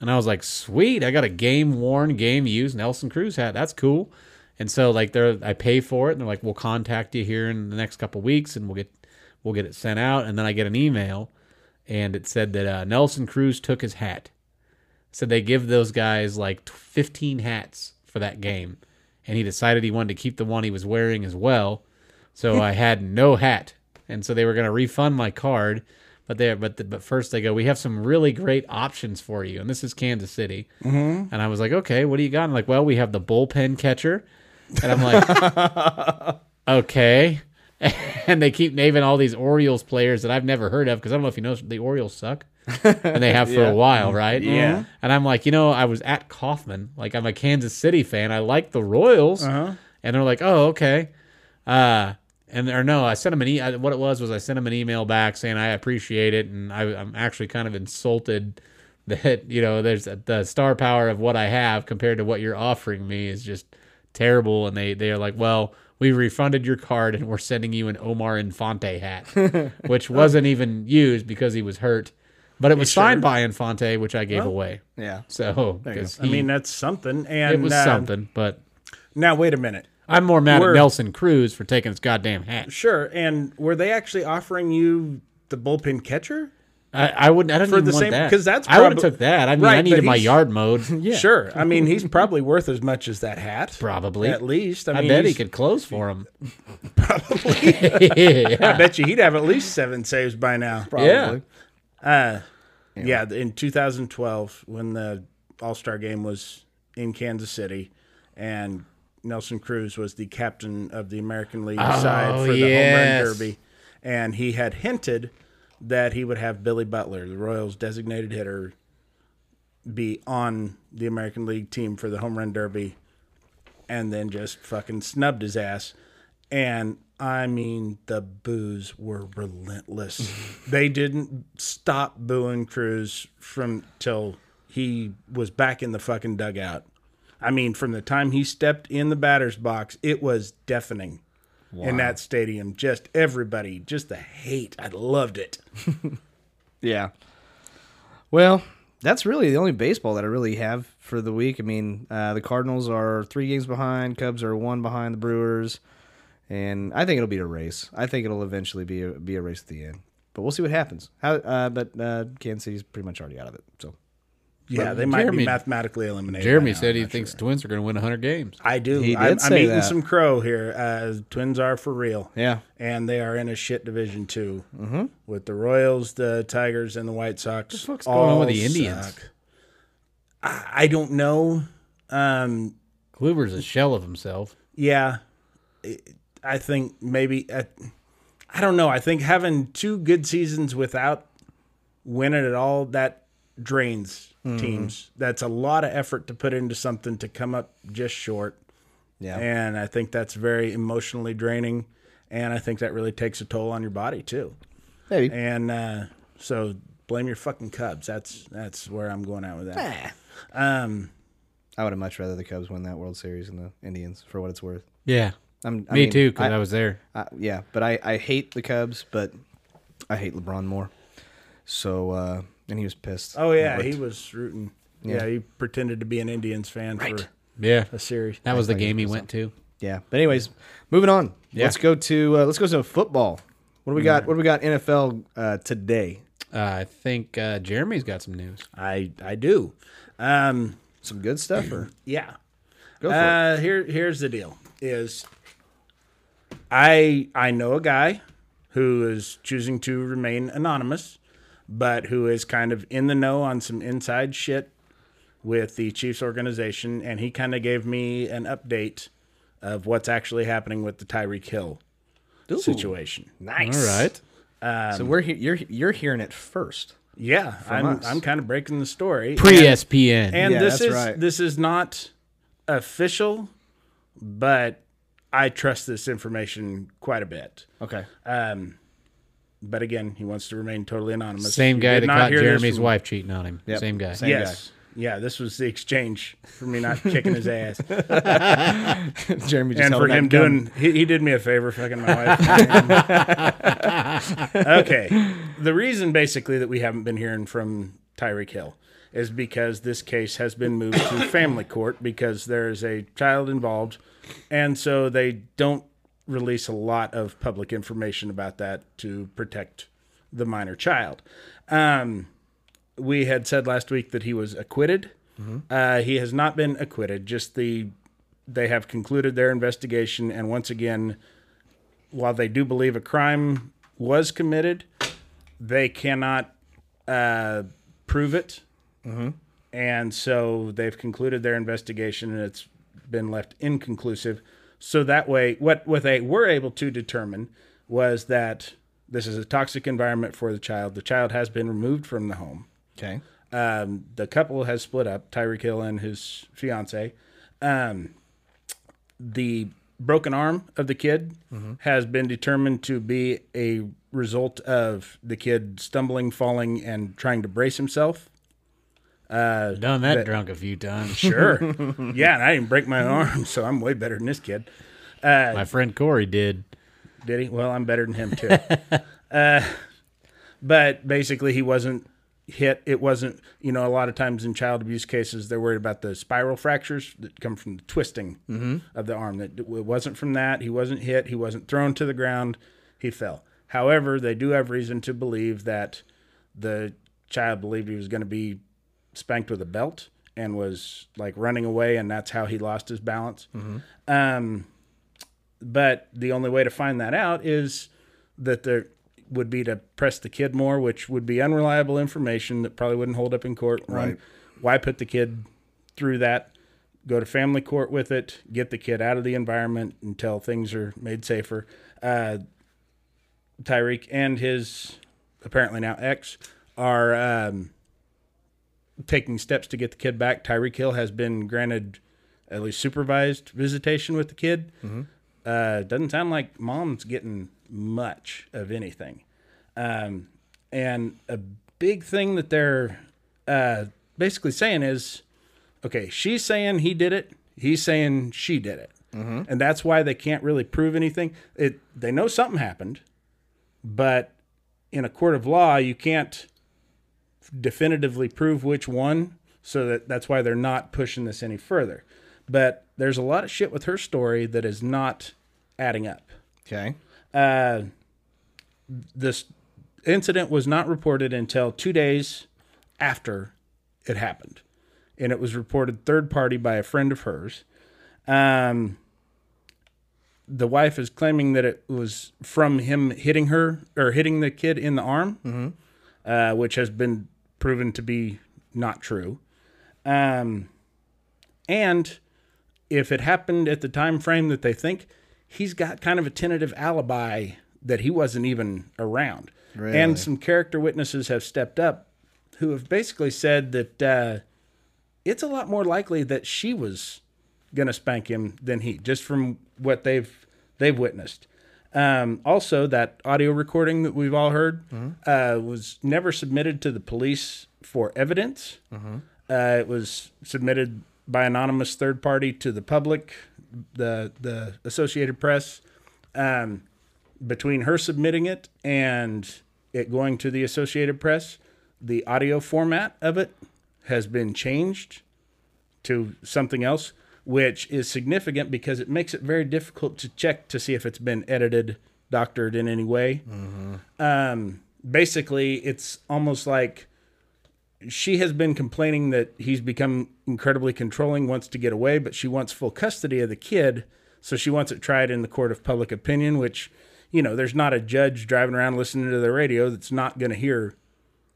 Speaker 3: And I was like, sweet, I got a game worn, game used Nelson Cruz hat. That's cool. And so, like, they're, I pay for it. And they're like, we'll contact you here in the next couple weeks and we'll get, we'll get it sent out. And then I get an email and it said that uh, Nelson Cruz took his hat. So they give those guys like t- 15 hats for that game. And he decided he wanted to keep the one he was wearing as well. So I had no hat. And so they were going to refund my card. But they, but the, but first they go, we have some really great options for you, and this is Kansas City. Mm-hmm. And I was like, okay, what do you got? And like, well, we have the bullpen catcher, and I'm like, okay. And they keep naming all these Orioles players that I've never heard of because I don't know if you know the Orioles suck, and they have for a while, right? Yeah. And I'm like, you know, I was at Kaufman, like I'm a Kansas City fan. I like the Royals, and they're like, oh, okay. Uh, and or no, I sent him an e. I, what it was was I sent him an email back saying I appreciate it, and I, I'm actually kind of insulted that you know there's the star power of what I have compared to what you're offering me is just terrible. And they they are like, well, we refunded your card and we're sending you an Omar Infante hat, which wasn't even used because he was hurt, but it was signed by Infante, which I gave away.
Speaker 1: yeah.
Speaker 3: So 'cause
Speaker 2: I
Speaker 3: he-
Speaker 2: mean, that's something. And
Speaker 3: it was
Speaker 2: uh,
Speaker 3: something, but.
Speaker 2: Now, wait a minute.
Speaker 3: I'm more mad at
Speaker 2: we're-
Speaker 3: Nelson Cruz for taking his goddamn hat.
Speaker 2: Sure. And were they actually offering you the bullpen catcher?
Speaker 3: I, I wouldn't. I didn't
Speaker 2: For
Speaker 3: even
Speaker 2: the
Speaker 3: want
Speaker 2: same-
Speaker 3: that
Speaker 2: 'cause that's
Speaker 3: I would have
Speaker 2: probab-
Speaker 3: took that. I mean, I
Speaker 2: Right,
Speaker 3: needed
Speaker 2: but
Speaker 3: my
Speaker 2: he's-
Speaker 3: yard mowed. yeah,
Speaker 2: Sure. I mean, he's probably worth as much as that hat.
Speaker 3: Probably.
Speaker 2: At least. I,
Speaker 3: I
Speaker 2: mean,
Speaker 3: bet he
Speaker 2: he's-
Speaker 3: could close for him. Probably. yeah.
Speaker 2: I bet you he'd have at least seven saves by now.
Speaker 3: yeah.
Speaker 2: Uh, yeah, in 2012, when the All Star game was in Kansas City, and Nelson Cruz was the captain of the American League side for the
Speaker 3: Oh, yes.
Speaker 2: home run derby, and he had hinted that he would have Billy Butler, the Royals' designated hitter, be on the American League team for the home run derby, and then just fucking snubbed his ass. And I mean, the boos were relentless. they didn't stop booing Cruz from till he was back in the fucking dugout. I mean, from the time he stepped in the batter's box, it was deafening in that stadium. Just everybody, just the hate. I loved it.
Speaker 1: Yeah. Well, that's really the only baseball that I really have for the week. I mean, uh, the Cardinals are three games behind, Cubs are one behind the Brewers, and I think it'll be a race. I think it'll eventually be a, be a race at the end, but we'll see what happens. How? Uh, but uh, Kansas City's pretty much already out of it. So
Speaker 2: Yeah, they might
Speaker 3: Jeremy-
Speaker 2: be mathematically eliminated. by
Speaker 3: Jeremy
Speaker 2: now,
Speaker 3: said
Speaker 2: I'm
Speaker 3: he
Speaker 2: not
Speaker 3: thinks
Speaker 2: sure.
Speaker 3: Twins are going to win 100 games.
Speaker 2: I do.
Speaker 1: He
Speaker 2: I'm,
Speaker 1: did
Speaker 2: I'm
Speaker 1: say
Speaker 2: eating
Speaker 1: that.
Speaker 2: some crow here. Uh, twins are for real.
Speaker 1: yeah,
Speaker 2: And they are in a shit division too, mm-hmm. with the Royals, the Tigers, and the White Sox. What the
Speaker 3: fuck's going on with the Indians?
Speaker 2: I, I don't know. Um,
Speaker 3: Kluver's a shell of himself.
Speaker 2: yeah, It- I think maybe I, I don't know. I think having two good seasons without winning at all that drains
Speaker 1: Mm-hmm.
Speaker 2: teams. That's a lot of effort to put into something to come up just short.
Speaker 1: yeah.
Speaker 2: And I think that's very emotionally draining. And I think that really takes a toll on your body too.
Speaker 1: Maybe.
Speaker 2: And uh, so blame your fucking Cubs. That's that's where I'm going out with
Speaker 1: Eh.
Speaker 2: that. Um,
Speaker 1: I would have much rather the Cubs win that World Series than the Indians, for what it's worth.
Speaker 3: Yeah.
Speaker 1: I'm, I
Speaker 3: Me
Speaker 1: mean,
Speaker 3: too, because
Speaker 1: I-
Speaker 3: I, was there.
Speaker 1: I, yeah, but I, I hate the Cubs, but I hate LeBron more. So, uh, and he was pissed.
Speaker 2: oh yeah,
Speaker 1: It
Speaker 2: he
Speaker 1: worked.
Speaker 2: was rooting. Yeah. he pretended to be an Indians fan for
Speaker 3: Yeah.
Speaker 2: a series.
Speaker 3: That was the game he went to.
Speaker 1: yeah. But anyways, moving on. Let's go to uh, let's go to football. What do we
Speaker 3: Mm.
Speaker 1: got? What do we got? NFL uh, today.
Speaker 3: Uh, I think uh, Jeremy's got some news.
Speaker 2: I I do. Um,
Speaker 1: Some good stuff, or
Speaker 2: yeah.
Speaker 1: go for it.
Speaker 2: Uh, here here's the deal: is I I know a guy who is choosing to remain anonymous, but who is kind of in the know on some inside shit with the Chiefs organization, and he kind of gave me an update of what's actually happening with the Tyreek Hill situation.
Speaker 1: Nice.
Speaker 3: All right.
Speaker 2: Um,
Speaker 1: so we're he- you're you're hearing it first.
Speaker 2: Yeah, I'm
Speaker 1: us.
Speaker 2: I'm kind of breaking the story.
Speaker 3: Pre E ESPN.
Speaker 2: And
Speaker 1: Yeah,
Speaker 2: this
Speaker 1: that's
Speaker 2: is
Speaker 1: right.
Speaker 2: this is not official, but I trust this information quite a bit.
Speaker 1: Okay.
Speaker 2: But again, he wants to remain totally anonymous.
Speaker 3: Same
Speaker 2: You
Speaker 3: guy
Speaker 2: did
Speaker 3: that
Speaker 2: not
Speaker 3: caught
Speaker 2: hear this
Speaker 3: Jeremy's
Speaker 2: from-
Speaker 3: wife cheating on him. Same guy.
Speaker 1: Same
Speaker 2: Yes. Yeah, this was the exchange for me not kicking his ass,
Speaker 1: Jeremy just
Speaker 2: and
Speaker 1: held
Speaker 2: for
Speaker 1: that gun.
Speaker 2: him doing he, he did me a favor fucking my wife. okay, the reason basically that we haven't been hearing from Tyreek Hill is because this case has been moved to family court because there is a child involved, and so they don't release a lot of public information about that to protect the minor child. Um, we had said last week that he was acquitted.
Speaker 1: Mm-hmm.
Speaker 2: Uh, he has not been acquitted. Just the they have concluded their investigation, and once again, while they do believe a crime was committed, they cannot uh, prove it, and so they've concluded their investigation, and it's been left inconclusive. So that way, what what they were able to determine was that this is a toxic environment for the child. The child has been removed from the home
Speaker 1: Okay.
Speaker 2: um, the couple has split up. Tyreek Hill and his fiance. Um, the broken arm of the kid has been determined to be a result of the kid stumbling, falling, and trying to brace himself.
Speaker 3: Done that drunk a few times.
Speaker 2: Sure. yeah, and I didn't break my arm, so I'm way better than this kid.
Speaker 3: My friend Corey did.
Speaker 2: Did he? Well, I'm better than him too. uh, but basically, he wasn't hit. It wasn't, you know, a lot of times in child abuse cases, they're worried about the spiral fractures that come from the twisting of the arm. That it wasn't from that. He wasn't hit. He wasn't thrown to the ground. He fell. However, they do have reason to believe that the child believed he was going to be spanked with a belt and was like running away, and that's how he lost his balance. Um, but the only way to find that out is that there would be to press the kid more, which would be unreliable information that probably wouldn't hold up in court. One, Why put the kid through that? Go to family court with it, get the kid out of the environment until things are made safer. Uh, Tyreek and his apparently now ex are um, taking steps to get the kid back. Tyreek Hill has been granted at least supervised visitation with the kid. Uh, doesn't sound like mom's getting much of anything. Um, and a big thing that they're uh, basically saying is okay, she's saying he did it, he's saying she did it. And that's why they can't really prove anything. It, they know something happened, but in a court of law, you can't definitively prove which one so that that's why they're not pushing this any further but there's a lot of shit with her story that is not adding up
Speaker 1: Okay.
Speaker 2: Uh, this incident was not reported until two days after it happened, and it was reported third party by a friend of hers. Um, the wife is claiming that it was from him hitting her or hitting the kid in the arm, uh, which has been proven to be not true. Um, and if it happened at the time frame that they think, he's got kind of a tentative alibi that he wasn't even around.
Speaker 1: Really?
Speaker 2: And some character witnesses have stepped up who have basically said that uh, it's a lot more likely that she was gonna spank him than he, just from what they've they've witnessed. Um, also, that audio recording that we've all heard uh, was never submitted to the police for evidence. Uh, it was submitted by anonymous third party to the public, the the Associated Press. Um, between her submitting it and it going to the Associated Press, the audio format of it has been changed to something else, which is significant because it makes it very difficult to check to see if it's been edited, doctored in any way. Um, basically, it's almost like she has been complaining that he's become incredibly controlling, wants to get away, but she wants full custody of the kid. So she wants it tried in the court of public opinion, which, you know, there's not a judge driving around listening to the radio that's not going to hear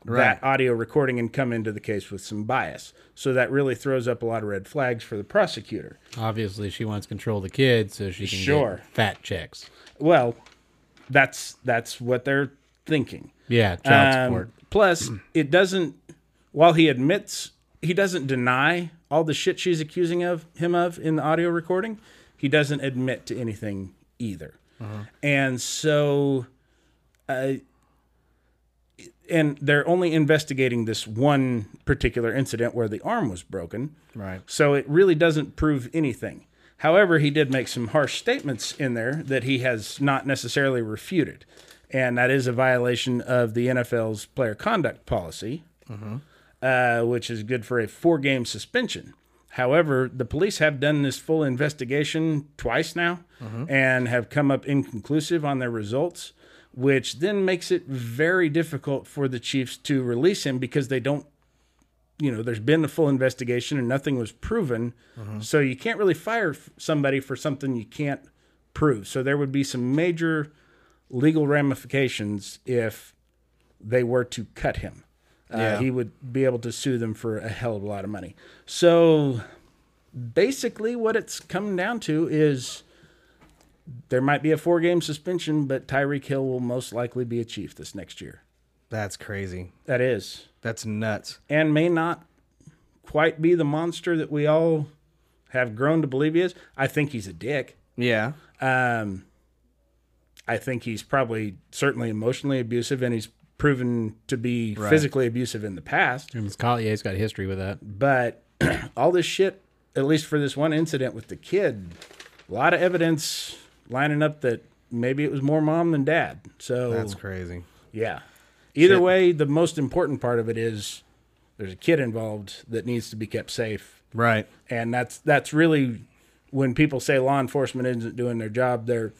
Speaker 2: that audio recording and come into the case with some bias. So that really throws up a lot of red flags for the prosecutor.
Speaker 3: Obviously, she wants to control the kid so she can
Speaker 2: Sure.
Speaker 3: get fat checks.
Speaker 2: Well, that's that's what they're thinking.
Speaker 3: Yeah, child
Speaker 2: Um,
Speaker 3: support.
Speaker 2: Plus, it doesn't. While he admits, he doesn't deny all the shit she's accusing of him of in the audio recording. He doesn't admit to anything either,
Speaker 3: Uh-huh.
Speaker 2: and so, uh, and they're only investigating this one particular incident where the arm was broken.
Speaker 1: Right.
Speaker 2: So it really doesn't prove anything. However, he did make some harsh statements in there that he has not necessarily refuted. And that is a violation of the NFL's player conduct policy, uh, which is good for a four game suspension. However, the police have done this full investigation twice now and have come up inconclusive on their results, which then makes it very difficult for the Chiefs to release him because they don't you know, there's been a full investigation and nothing was proven. So you can't really fire f- somebody for something you can't prove. So there would be some major legal ramifications if they were to cut him. Uh, he would be able to sue them for a hell of a lot of money. So basically, what it's come down to is there might be a four game suspension, but Tyreek Hill will most likely be a chief this next year.
Speaker 1: That's crazy.
Speaker 2: That is
Speaker 1: That's nuts.
Speaker 2: and may not quite be the monster that we all have grown to believe he is. I think he's a dick.
Speaker 1: Yeah.
Speaker 2: Um, I think he's probably certainly emotionally abusive, and he's proven to be physically abusive in the past.
Speaker 3: And Collier's got history with that.
Speaker 2: But all this shit, at least for this one incident with the kid, a lot of evidence lining up that maybe it was more mom than dad. So
Speaker 1: That's crazy.
Speaker 2: yeah. Either way, the most important part of it is there's a kid involved that needs to be kept safe
Speaker 1: Right.
Speaker 2: and that's that's really when people say law enforcement isn't doing their job they're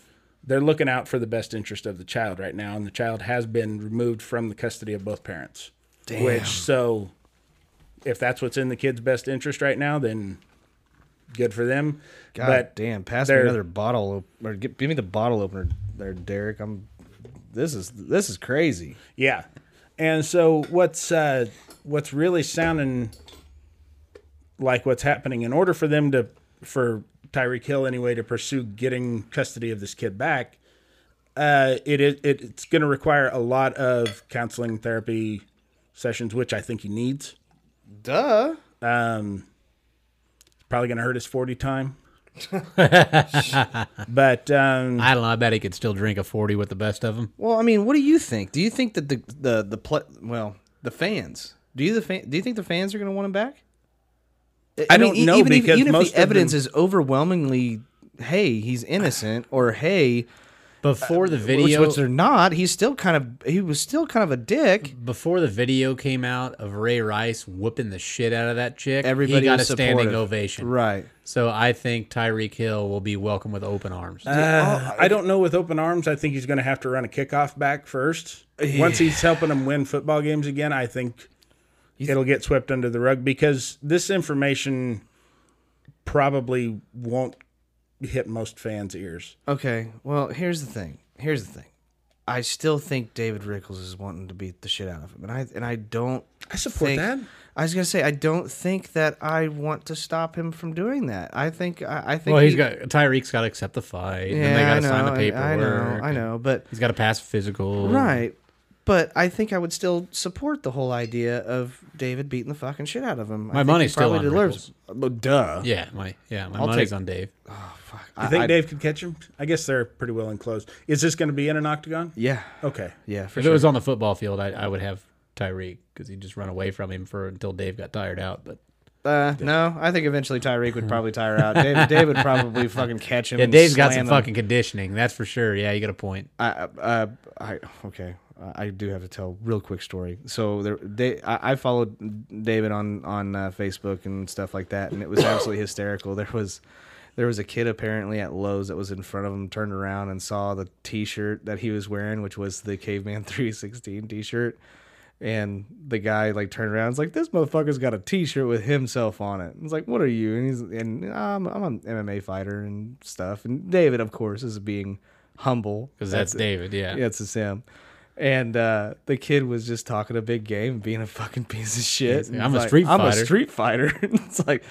Speaker 2: they're looking out for the best interest of the child right now and the child has been removed from the custody of both parents which so if that's what's in the kid's best interest right now then good for them
Speaker 1: God
Speaker 2: but
Speaker 1: damn. Pass me
Speaker 2: they're-
Speaker 1: another bottle op- or gi- give me the bottle opener there, Derek. I'm this is this is crazy.
Speaker 2: Yeah. And so what's uh what's really sounding like what's happening in order for them to for Tyreek Hill anyway to pursue getting custody of this kid back, uh it is it, it's going to require a lot of counseling therapy sessions which I think he needs. Um,
Speaker 1: Duh.
Speaker 2: Probably going to hurt his 40 time. but um
Speaker 3: I don't know. I bet he could still drink a 40 with the best of them.
Speaker 1: Well, I mean, what do you think? Do you think that the the the pl- well, the fans? Do you the fan, do you think the fans are going to want him back? e-,
Speaker 2: I don't know,
Speaker 1: even, if-
Speaker 2: because
Speaker 1: even
Speaker 2: most
Speaker 1: if
Speaker 2: of
Speaker 1: the evidence
Speaker 2: them-
Speaker 1: is overwhelmingly, hey, he's innocent, or hey,
Speaker 3: Before the
Speaker 1: Uh, Which,
Speaker 3: video,
Speaker 1: which they're not. He's still kind of he was still kind of a dick.
Speaker 3: before the video came out of Ray Rice whooping the shit out of that chick,
Speaker 1: Everybody
Speaker 3: he got
Speaker 1: was
Speaker 3: a standing
Speaker 1: supportive.
Speaker 3: ovation.
Speaker 1: Right.
Speaker 3: So I think Tyreek Hill will be welcomed with open arms.
Speaker 2: Uh, I don't know with open arms. I think he's going to have to run a kickoff back first. Once he's helping them win football games again, I think it'll get swept under the rug because this information probably won't hit most fans' ears.
Speaker 1: Okay. Well, here's the thing. Here's the thing. I still think David Rickles is wanting to beat the shit out of him, and I and I don't.
Speaker 2: I support
Speaker 1: think-
Speaker 2: that.
Speaker 1: I was gonna say I don't think that I want to stop him from doing that. I think I, I think
Speaker 3: well, he's
Speaker 1: he-
Speaker 3: got Tyreek's got to accept the fight,
Speaker 1: Yeah,
Speaker 3: and they got
Speaker 1: I
Speaker 3: to
Speaker 1: know,
Speaker 3: sign
Speaker 1: and I
Speaker 3: the
Speaker 1: know.
Speaker 3: paperwork.
Speaker 1: I
Speaker 3: and
Speaker 1: know, but
Speaker 3: He's got to pass physical.
Speaker 1: right. But I think I would still support the whole idea of David beating the fucking shit out of him. I
Speaker 3: My
Speaker 1: think
Speaker 3: money's
Speaker 1: he
Speaker 3: still
Speaker 1: probably
Speaker 3: on
Speaker 1: deserves-
Speaker 2: Well, duh.
Speaker 3: Yeah, my yeah, my
Speaker 1: I'll
Speaker 3: money's
Speaker 1: take-
Speaker 3: on Dave.
Speaker 2: You think Dave could catch him? I guess they're pretty well enclosed. Is this going to be in an octagon?
Speaker 1: Yeah,
Speaker 2: Okay.
Speaker 1: yeah, for
Speaker 3: If
Speaker 1: sure.
Speaker 3: it was on the football field, I, I would have Tyreek because he'd just run away from him for until Dave got tired out. But
Speaker 1: Uh, no, I think eventually Tyreek would probably tire out. David, Dave would probably fucking catch him.
Speaker 3: yeah,
Speaker 1: and
Speaker 3: Dave's got
Speaker 1: slam
Speaker 3: some
Speaker 1: him.
Speaker 3: fucking conditioning, that's for sure. Yeah, you got a point.
Speaker 1: I, uh, I okay. I I do have to tell real quick story. So there, they, I, I followed David on on uh, Facebook and stuff like that, and it was absolutely hysterical. There was there was a kid apparently at Lowe's that was in front of him, turned around and saw the T-shirt that he was wearing, which was the Caveman Three Sixteen T-shirt. And the guy like turned around, and was like, "This motherfucker's got a T-shirt with himself on it." It's like, "What are you?" And he's and I'm, I'm an MMA fighter and stuff. And David, of course, is being humble
Speaker 3: Because that's, David. Yeah.
Speaker 1: yeah, it's a Sam. And uh, the kid was just talking a big game, being a fucking piece of shit.
Speaker 3: like,
Speaker 1: And
Speaker 3: "I'm
Speaker 1: he's
Speaker 3: a
Speaker 1: like,
Speaker 3: street
Speaker 1: I'm a
Speaker 3: fighter."
Speaker 1: street fighter. And it's like,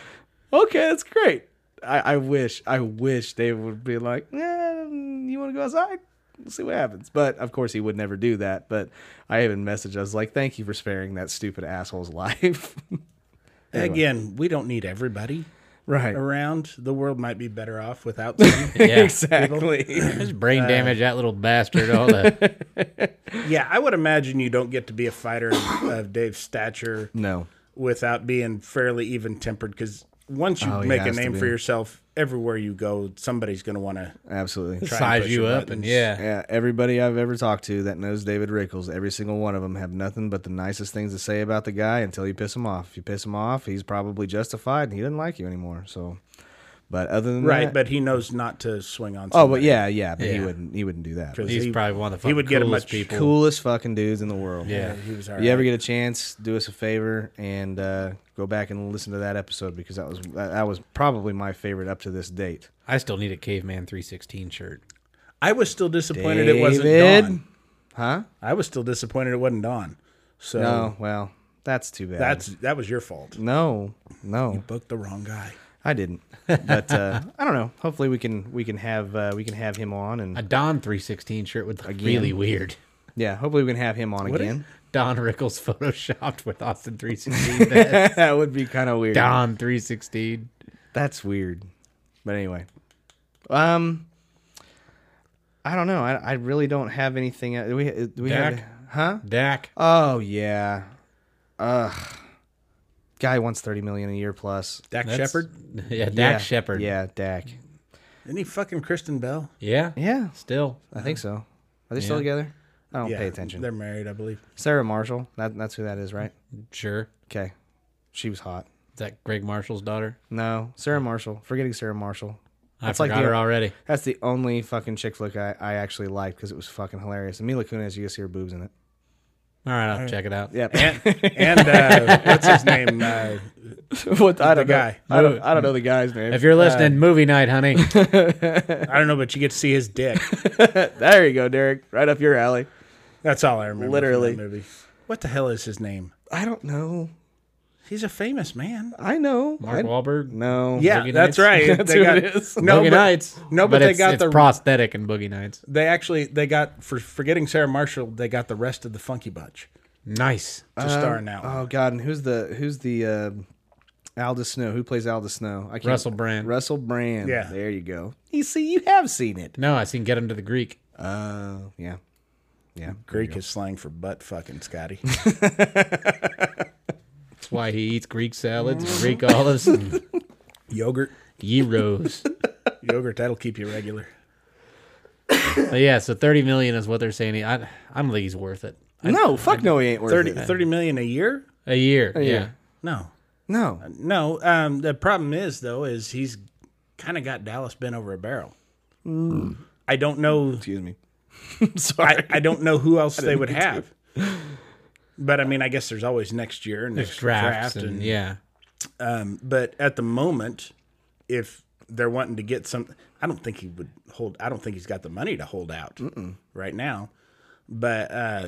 Speaker 1: okay, that's great. I, I wish, I wish they would be like, yeah, you want to go outside? We'll see what happens. But of course, he would never do that. But I even messaged. I was like, thank you for sparing that stupid asshole's life.
Speaker 2: Again, we don't need everybody
Speaker 1: right.
Speaker 2: around. The world might be better off without some.
Speaker 3: Yeah.
Speaker 1: Exactly.
Speaker 3: Just brain damage that little bastard. All that.
Speaker 2: yeah, I would imagine you don't get to be a fighter of- of Dave's stature
Speaker 1: no.
Speaker 2: without being fairly even tempered because once you
Speaker 1: Oh, he
Speaker 2: make a
Speaker 1: has to
Speaker 2: name
Speaker 1: be.
Speaker 2: for yourself, everywhere you go, somebody's going to want to.
Speaker 1: Absolutely.
Speaker 3: size
Speaker 2: push
Speaker 3: you
Speaker 2: your
Speaker 3: up and
Speaker 2: buttons.
Speaker 3: yeah.
Speaker 1: Yeah, everybody I've ever talked to that knows David Rickles, every single one of them have nothing but the nicest things to say about the guy until you piss him off. If you piss him off, he's probably justified and he doesn't like you anymore. So, but other than
Speaker 2: Right,
Speaker 1: that,
Speaker 2: but he knows not to swing on.
Speaker 1: oh, but
Speaker 2: somebody.
Speaker 1: yeah, yeah, but he
Speaker 3: Yeah.
Speaker 1: wouldn't, he wouldn't do that.
Speaker 2: 'Cause
Speaker 3: He's
Speaker 2: he-
Speaker 3: probably one of the fucking
Speaker 2: he would get a
Speaker 3: coolest
Speaker 2: much
Speaker 3: people.
Speaker 1: Coolest fucking dudes in the world.
Speaker 3: Yeah.
Speaker 2: He was all
Speaker 1: You ever
Speaker 2: right.
Speaker 1: get a chance, do us a favor and uh, go back and listen to that episode because that was that that was probably my favorite up to this date.
Speaker 3: I still need a caveman 316 shirt.
Speaker 2: I was still disappointed it
Speaker 1: David?
Speaker 2: wasn't Don.
Speaker 1: Huh?
Speaker 2: I was still disappointed it wasn't Don. So
Speaker 1: No, Oh, well, that's too bad.
Speaker 2: that's that was your fault.
Speaker 1: no, no.
Speaker 2: Booked the wrong guy.
Speaker 1: I didn't, but uh, I don't know. Hopefully, we can we can have uh, we can have him on,
Speaker 3: A
Speaker 1: and
Speaker 3: Don 316 shirt would look really weird.
Speaker 1: yeah, hopefully we can have him on again.
Speaker 3: Don Rickles photoshopped with Austin 316. That's
Speaker 1: that would be kind of weird.
Speaker 3: Don 316.
Speaker 1: That's weird, but anyway, um, I don't know. I, I really don't have anything. uh, Do we do we have
Speaker 3: Dak?
Speaker 1: huh?
Speaker 3: Dak.
Speaker 1: Oh yeah, ugh. Guy wants thirty million a year plus.
Speaker 2: Dak
Speaker 3: That's-
Speaker 2: Shepard.
Speaker 3: Yeah, Dak
Speaker 1: Yeah,
Speaker 3: Shepard.
Speaker 1: Yeah, Dak.
Speaker 2: Isn't he fucking Kristen Bell?
Speaker 3: Yeah.
Speaker 1: Yeah,
Speaker 3: Still.
Speaker 2: Uh-huh.
Speaker 1: I think so. Are they still
Speaker 3: Yeah.
Speaker 1: together? I don't pay attention.
Speaker 2: They're married, I believe.
Speaker 1: Sarah Marshall. That, that's who that is, right?
Speaker 3: Sure.
Speaker 1: Okay, she was hot.
Speaker 3: Is that Greg Marshall's daughter?
Speaker 1: No, Sarah Marshall. Forgetting Sarah Marshall.
Speaker 3: I
Speaker 1: That's like
Speaker 3: forgot
Speaker 1: the-
Speaker 3: her already.
Speaker 1: That's the only fucking chick flick I, I actually liked because it was fucking hilarious. And Mila Kunis, you can see her boobs in it.
Speaker 3: All right, I'll check it out.
Speaker 1: Yep.
Speaker 2: And, and uh, what's his name? Uh,
Speaker 1: what I don't
Speaker 2: The
Speaker 1: know.
Speaker 2: guy.
Speaker 1: I don't, I don't know the guy's name.
Speaker 3: If you're
Speaker 2: Uh,
Speaker 3: listening, movie night, honey.
Speaker 2: I don't know, but you get to see his dick.
Speaker 1: there you go, Derek. Right up your alley.
Speaker 2: That's all I remember. from
Speaker 1: Literally.
Speaker 2: that movie. What the hell is his name?
Speaker 1: I don't know.
Speaker 2: He's a famous man.
Speaker 1: I know. I,
Speaker 3: Mark Wahlberg.
Speaker 1: No.
Speaker 2: Yeah,
Speaker 3: Boogie
Speaker 2: that's
Speaker 3: Nights?
Speaker 2: right.
Speaker 1: That's
Speaker 2: they
Speaker 1: who
Speaker 2: got,
Speaker 1: it is.
Speaker 2: No,
Speaker 3: Boogie
Speaker 2: but,
Speaker 3: Nights.
Speaker 2: no, but they
Speaker 3: it's-
Speaker 2: got
Speaker 3: it's
Speaker 2: the-
Speaker 3: prosthetic and Boogie Nights.
Speaker 2: They actually they got for forgetting Sarah Marshall. They got the rest of the Funky Bunch
Speaker 3: Nice.
Speaker 2: to star now.
Speaker 1: Oh God. And who's the who's the uh, Aldous Snow? Who plays Aldous Snow? I can't,
Speaker 3: Russell Brand.
Speaker 1: Russell Brand.
Speaker 2: Yeah.
Speaker 1: There you go. You see, you have seen it.
Speaker 3: No, I seen Get Him to the Greek.
Speaker 1: Oh yeah. Yeah.
Speaker 2: Greek is slang for butt fucking, Scotty.
Speaker 3: That's why he eats Greek salads, and Greek olives, and
Speaker 2: yogurt,
Speaker 3: gyros.
Speaker 2: yogurt. That'll keep you regular.
Speaker 3: But yeah, so thirty million is what they're saying. I I don't think he's worth it. I-
Speaker 1: no, fuck no, he ain't worth
Speaker 2: 30,
Speaker 1: it.
Speaker 2: 30 million a year?
Speaker 3: A year. yeah.
Speaker 1: year.
Speaker 2: No.
Speaker 1: No,
Speaker 2: No. Um, the problem is, though, is he's kind of got Dallas bent over a barrel. I don't know.
Speaker 1: excuse me.
Speaker 2: I, I don't know who else they would have. But I mean, I guess there's always next year and next
Speaker 3: Drafts
Speaker 2: draft.
Speaker 3: and,
Speaker 2: and,
Speaker 3: yeah.
Speaker 2: um, but at the moment, if they're wanting to get some, I don't think he would hold. I don't think he's got the money to hold out right now. But uh,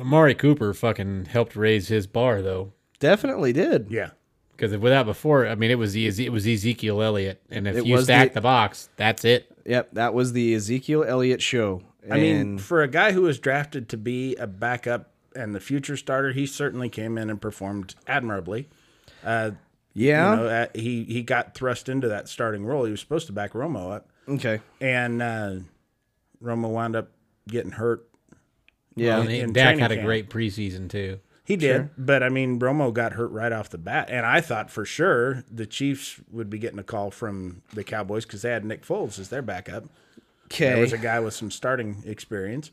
Speaker 3: Amari Cooper fucking helped raise his bar though.
Speaker 1: Definitely did.
Speaker 2: yeah,
Speaker 3: Because without before, I mean, it was Eze- it was Ezekiel Elliott, and if
Speaker 1: It
Speaker 3: you
Speaker 1: was
Speaker 3: stack
Speaker 1: the-
Speaker 3: the box, that's it.
Speaker 1: Yep, that was the Ezekiel Elliott show.
Speaker 2: I mean,
Speaker 1: And
Speaker 2: for a guy who was drafted to be a backup and the future starter, he certainly came in and performed admirably.
Speaker 1: yeah.
Speaker 2: You know, uh, he he got thrust into that starting role. He was supposed to back Romo up,
Speaker 1: okay.
Speaker 2: and uh, Romo wound up getting hurt.
Speaker 1: Yeah.
Speaker 3: And
Speaker 2: in
Speaker 3: Dak
Speaker 2: training
Speaker 3: had a
Speaker 2: camp.
Speaker 3: great preseason too.
Speaker 2: He did, but I mean, Romo got hurt right off the bat, and I thought for sure the Chiefs would be getting a call from the Cowboys because they had Nick Foles as their backup. There was a
Speaker 1: Okay.
Speaker 2: guy with some starting experience,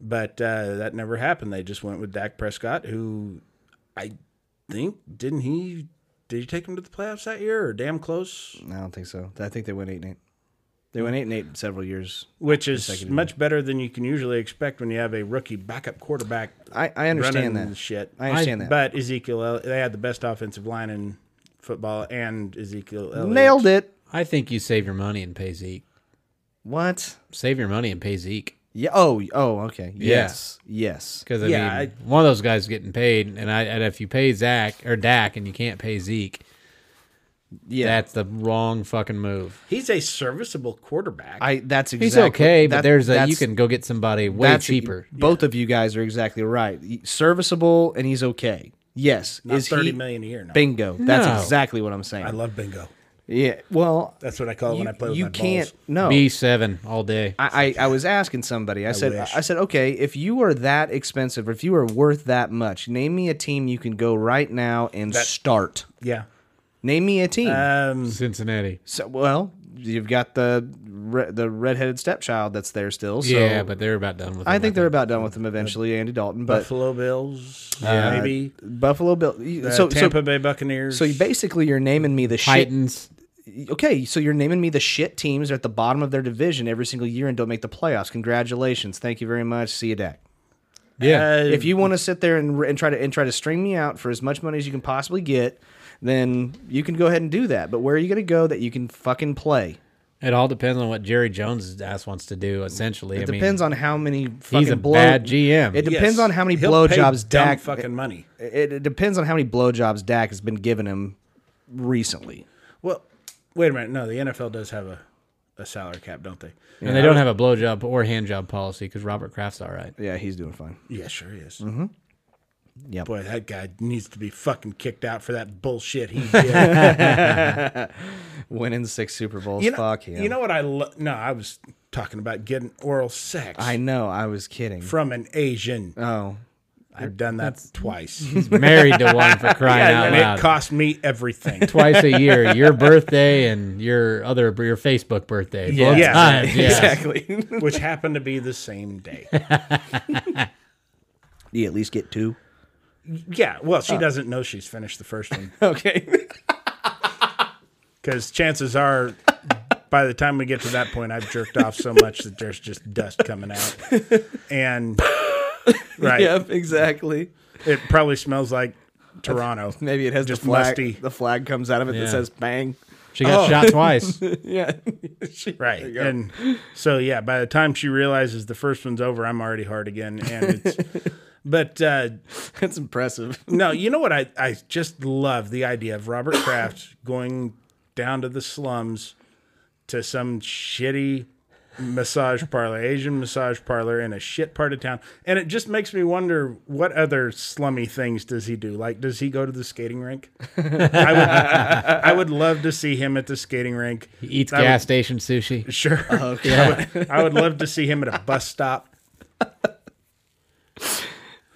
Speaker 2: but uh, that never happened. They just went with Dak Prescott, who I think didn't he did you take him to the playoffs that year or damn close,
Speaker 1: I don't think so. I think they went eight and eight. They went eight and eight several years.
Speaker 2: which is much better than you can usually expect when you have a rookie backup quarterback.
Speaker 1: I, I understand
Speaker 2: running
Speaker 1: that.
Speaker 2: shit.
Speaker 1: I understand that.
Speaker 2: But Ezekiel, El- they had the best offensive line in football, and Ezekiel Elliott.
Speaker 1: Nailed it.
Speaker 3: I think you save your money and pay Zeke.
Speaker 1: What?
Speaker 3: Save your money and pay Zeke.
Speaker 1: Yeah. Oh. Oh. Okay. Yes. Yes.
Speaker 3: Because I
Speaker 2: Yeah,
Speaker 3: mean, one of those guys is getting paid, and I and if you pay Zach or Dak and you can't pay Zeke,
Speaker 1: Yeah.
Speaker 3: that's the wrong fucking move.
Speaker 2: He's a serviceable quarterback.
Speaker 1: I. That's exactly.
Speaker 3: He's okay, but
Speaker 1: that-
Speaker 3: there's a you
Speaker 1: that's-
Speaker 3: can go get somebody way
Speaker 1: that's-
Speaker 3: cheaper.
Speaker 1: Both of you guys are exactly right. He- Serviceable, and he's okay. Yes.
Speaker 2: Not
Speaker 1: is
Speaker 2: thirty
Speaker 1: he-
Speaker 2: million a year. No.
Speaker 1: Bingo. That's
Speaker 3: No.
Speaker 1: exactly what I'm saying.
Speaker 2: I love bingo.
Speaker 1: yeah. Well,
Speaker 2: That's what I call it
Speaker 1: you,
Speaker 2: when I play with
Speaker 1: you
Speaker 2: my
Speaker 1: can't.
Speaker 2: balls.
Speaker 1: No.
Speaker 3: B seven all day.
Speaker 1: I, I, I was asking somebody. I, said
Speaker 2: wish.
Speaker 1: I said, okay, if you are that expensive, if you are worth that much, name me a team you can go right now and start.
Speaker 2: Yeah.
Speaker 1: Name me a team.
Speaker 2: Um,
Speaker 3: Cincinnati.
Speaker 1: so, well, you've got the re- the redheaded stepchild that's there still. So
Speaker 3: yeah, but they're about done with.
Speaker 1: I
Speaker 3: him,
Speaker 1: think they're about done with him eventually, Andy Dalton. But
Speaker 2: Buffalo Bills, uh,
Speaker 3: Yeah.
Speaker 2: maybe.
Speaker 1: Buffalo Bill.
Speaker 2: Uh,
Speaker 1: so
Speaker 2: Tampa
Speaker 1: so
Speaker 2: Bay Buccaneers.
Speaker 1: so you basically you're naming me the
Speaker 3: Titans.
Speaker 1: shit. Okay, so you're naming me the shit teams that are at the bottom of their division every single year and don't make the playoffs. Congratulations, thank you very much. See you, Dak.
Speaker 3: Yeah,
Speaker 2: Uh,
Speaker 1: if you want to sit there and, and try to and try to string me out for as much money as you can possibly get, then you can go ahead and do that. But where are you going to go that you can fucking play?
Speaker 3: it all depends on what Jerry Jones' ass wants to do. Essentially,
Speaker 1: It
Speaker 3: I
Speaker 1: depends
Speaker 3: mean,
Speaker 1: on how many fucking
Speaker 3: he's a
Speaker 1: blow.
Speaker 3: bad GM.
Speaker 1: It
Speaker 2: yes.
Speaker 1: depends on how many
Speaker 2: He'll pay
Speaker 1: blowjobs
Speaker 2: dumb
Speaker 1: Dak.
Speaker 2: fucking money.
Speaker 1: It, it depends on how many blowjobs Dak has been giving him recently.
Speaker 2: Well, wait a minute. No, the NFL does have a, a salary cap, don't they?
Speaker 3: and they don't have a blowjob or handjob policy because Robert Kraft's all right.
Speaker 1: Yeah, he's doing fine.
Speaker 2: Yeah, sure is.
Speaker 1: Mm-hmm. Yep.
Speaker 2: Boy, that guy needs to be fucking kicked out for that bullshit he did.
Speaker 1: Winning six Super Bowls.
Speaker 2: you know,
Speaker 1: Fuck him.
Speaker 2: You know what I lo- No, I was talking about getting oral sex
Speaker 1: I know. I was kidding.
Speaker 2: from an Asian.
Speaker 1: oh,
Speaker 2: I've done that twice.
Speaker 3: Married to one for crying out
Speaker 2: and
Speaker 3: loud.
Speaker 2: it cost me everything.
Speaker 3: Twice a year, your birthday and your other your Facebook birthday.
Speaker 1: Yeah.
Speaker 3: Both
Speaker 2: Yeah.
Speaker 3: times, yeah.
Speaker 1: exactly.
Speaker 2: which happened to be the same day.
Speaker 1: you at least get two.
Speaker 2: Yeah, well,
Speaker 1: Uh.
Speaker 2: she doesn't know she's finished the first one
Speaker 1: Okay.
Speaker 2: because chances are, by the time we get to that point, I've jerked off so much that there's just dust coming out, and right,
Speaker 1: yep. Exactly.
Speaker 2: it probably smells like Toronto.
Speaker 1: Maybe it has
Speaker 2: Just
Speaker 1: the flag.
Speaker 2: musty.
Speaker 1: The flag comes out of it that
Speaker 3: Yeah.
Speaker 1: says "bang."
Speaker 3: She got
Speaker 1: Oh.
Speaker 3: shot twice.
Speaker 1: Yeah.
Speaker 2: right, and so yeah, by the time she realizes the first one's over, I'm already hard again, and it's. But uh,
Speaker 1: That's impressive.
Speaker 2: no, you know what? I, I just love the idea of Robert Kraft going down to the slums to some shitty massage parlor, Asian massage parlor in a shit part of town. And it just makes me wonder what other slummy things does he do? Like, does he go to the skating rink? I would, I would love to see him at the skating rink.
Speaker 3: He eats
Speaker 2: I would-
Speaker 3: gas station sushi.
Speaker 2: Sure.
Speaker 3: Yeah.
Speaker 2: I would love to see him at a bus stop.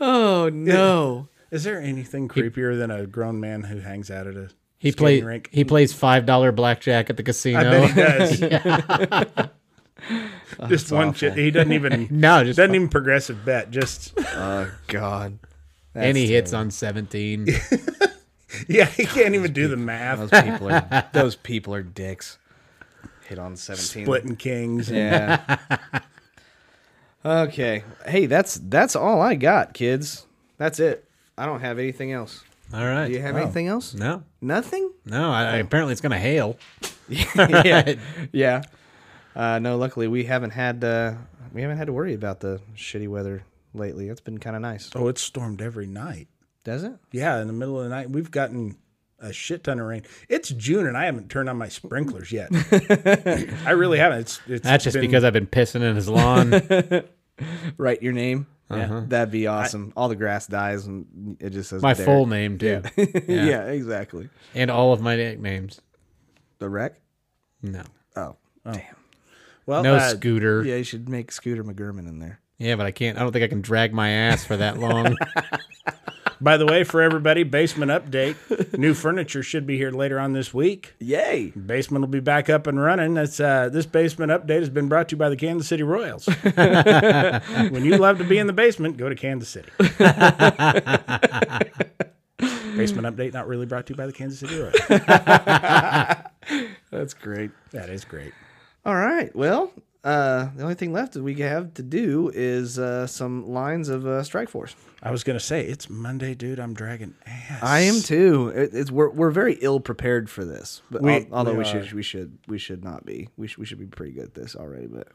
Speaker 4: Oh no.
Speaker 2: Is there anything creepier than a grown man who hangs out at a
Speaker 3: He
Speaker 2: skating
Speaker 3: plays
Speaker 2: rink?
Speaker 3: he plays five dollar blackjack at the
Speaker 2: I bet
Speaker 3: casino.
Speaker 2: he does. just one.
Speaker 1: awful.
Speaker 2: Chip. He doesn't even.
Speaker 3: No, just
Speaker 2: doesn't even progressive bet. Just
Speaker 1: Oh God.
Speaker 3: and he hits on 17.
Speaker 2: yeah, he can't even do the math.
Speaker 1: Those people are those people are dicks. Hit on seventeen.
Speaker 2: Splitting kings.
Speaker 1: Yeah. okay. Hey, that's that's all I got, kids. That's it. I don't have anything else.
Speaker 3: All right.
Speaker 1: Do you have anything else?
Speaker 3: No,
Speaker 1: Nothing?
Speaker 3: no. I, I- apparently, it's going to hail.
Speaker 1: yeah. Yeah. Uh, no, luckily we haven't had uh, we haven't had to worry about the shitty weather lately. It's been kind of nice.
Speaker 2: Oh, it's stormed every night.
Speaker 1: Does it?
Speaker 2: Yeah, in the middle of the night, we've gotten a shit ton of rain. It's June, and I haven't turned on my sprinklers yet. I really haven't. It's, it's
Speaker 3: That's just
Speaker 2: been-
Speaker 3: because I've been pissing in his lawn.
Speaker 1: Write your name. That'd be awesome. All the grass dies and it just says
Speaker 3: my
Speaker 1: Derek.
Speaker 3: full name, too.
Speaker 1: Yeah. exactly.
Speaker 3: And all of my nicknames.
Speaker 1: The wreck.
Speaker 3: No.
Speaker 1: Oh,
Speaker 2: well,
Speaker 3: No
Speaker 2: uh,
Speaker 3: scooter. Yeah.
Speaker 1: yeah. You should make Scooter McGurman in there.
Speaker 3: but I can't. I don't think I can drag my ass for that long.
Speaker 2: by the way, for everybody, basement update. New furniture should be here later on this week.
Speaker 1: Yay!
Speaker 2: Basement will be back up and running. That's uh, this basement update has been brought to you by the Kansas City Royals. when you love to be in the basement, go to Kansas City. basement update not really brought to you by the Kansas City Royals.
Speaker 1: That's great.
Speaker 2: That is great.
Speaker 1: All right. Well, uh, the only thing left that we have to do is uh, some lines of uh, Strike Force.
Speaker 2: I was gonna say it's Monday, dude. I'm dragging ass.
Speaker 1: I am too. It, it's we're, we're very ill prepared for this, but
Speaker 2: We-
Speaker 1: al- although
Speaker 2: we
Speaker 1: we,
Speaker 2: are.
Speaker 1: should we should we should not be. We should we should be pretty good at this already. But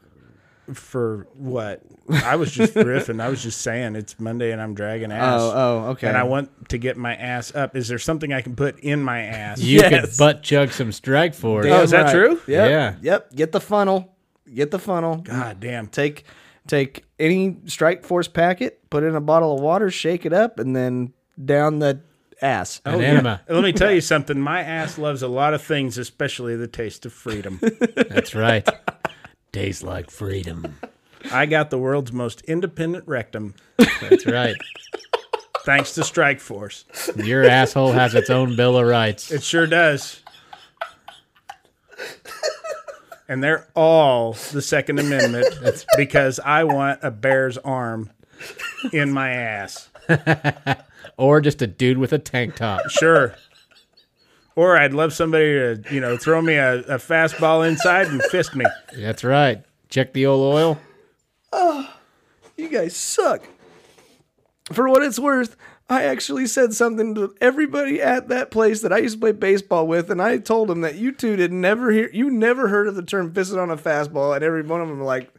Speaker 2: for what? I was just riffing. I was just saying it's Monday and I'm dragging ass.
Speaker 1: oh oh okay.
Speaker 2: And I want to get my ass up. Is there something I can put in my ass?
Speaker 3: You could
Speaker 1: Yes.
Speaker 3: butt chug some strike for
Speaker 2: Oh,
Speaker 3: it.
Speaker 2: is that true?
Speaker 1: Yep.
Speaker 3: Yeah.
Speaker 1: Yep. Get the funnel. Get the funnel.
Speaker 2: God Ah, damn.
Speaker 1: Take take any Strike Force packet, put it in a bottle of water, shake it up, and then down the ass.
Speaker 3: An enema.
Speaker 2: Let me tell you something. My ass loves a lot of things, especially the taste of freedom.
Speaker 3: That's right. Tastes like freedom.
Speaker 2: I got the world's most independent rectum
Speaker 3: That's right.
Speaker 2: thanks to Strike Force.
Speaker 3: Your asshole has its own bill of rights.
Speaker 2: It sure does. And they're all the Second Amendment because I want a bear's arm in my ass.
Speaker 3: Or just a dude with a tank top.
Speaker 2: Sure. Or I'd love somebody to, you know, throw me a, a fastball inside and fist me.
Speaker 3: That's right. Check the old oil.
Speaker 4: You guys suck. For what it's worth, I actually said something to everybody at that place that I used to play baseball with, and I told them that you two did never hear, you never heard of the term "fisted on a fastball," and every one of them were like,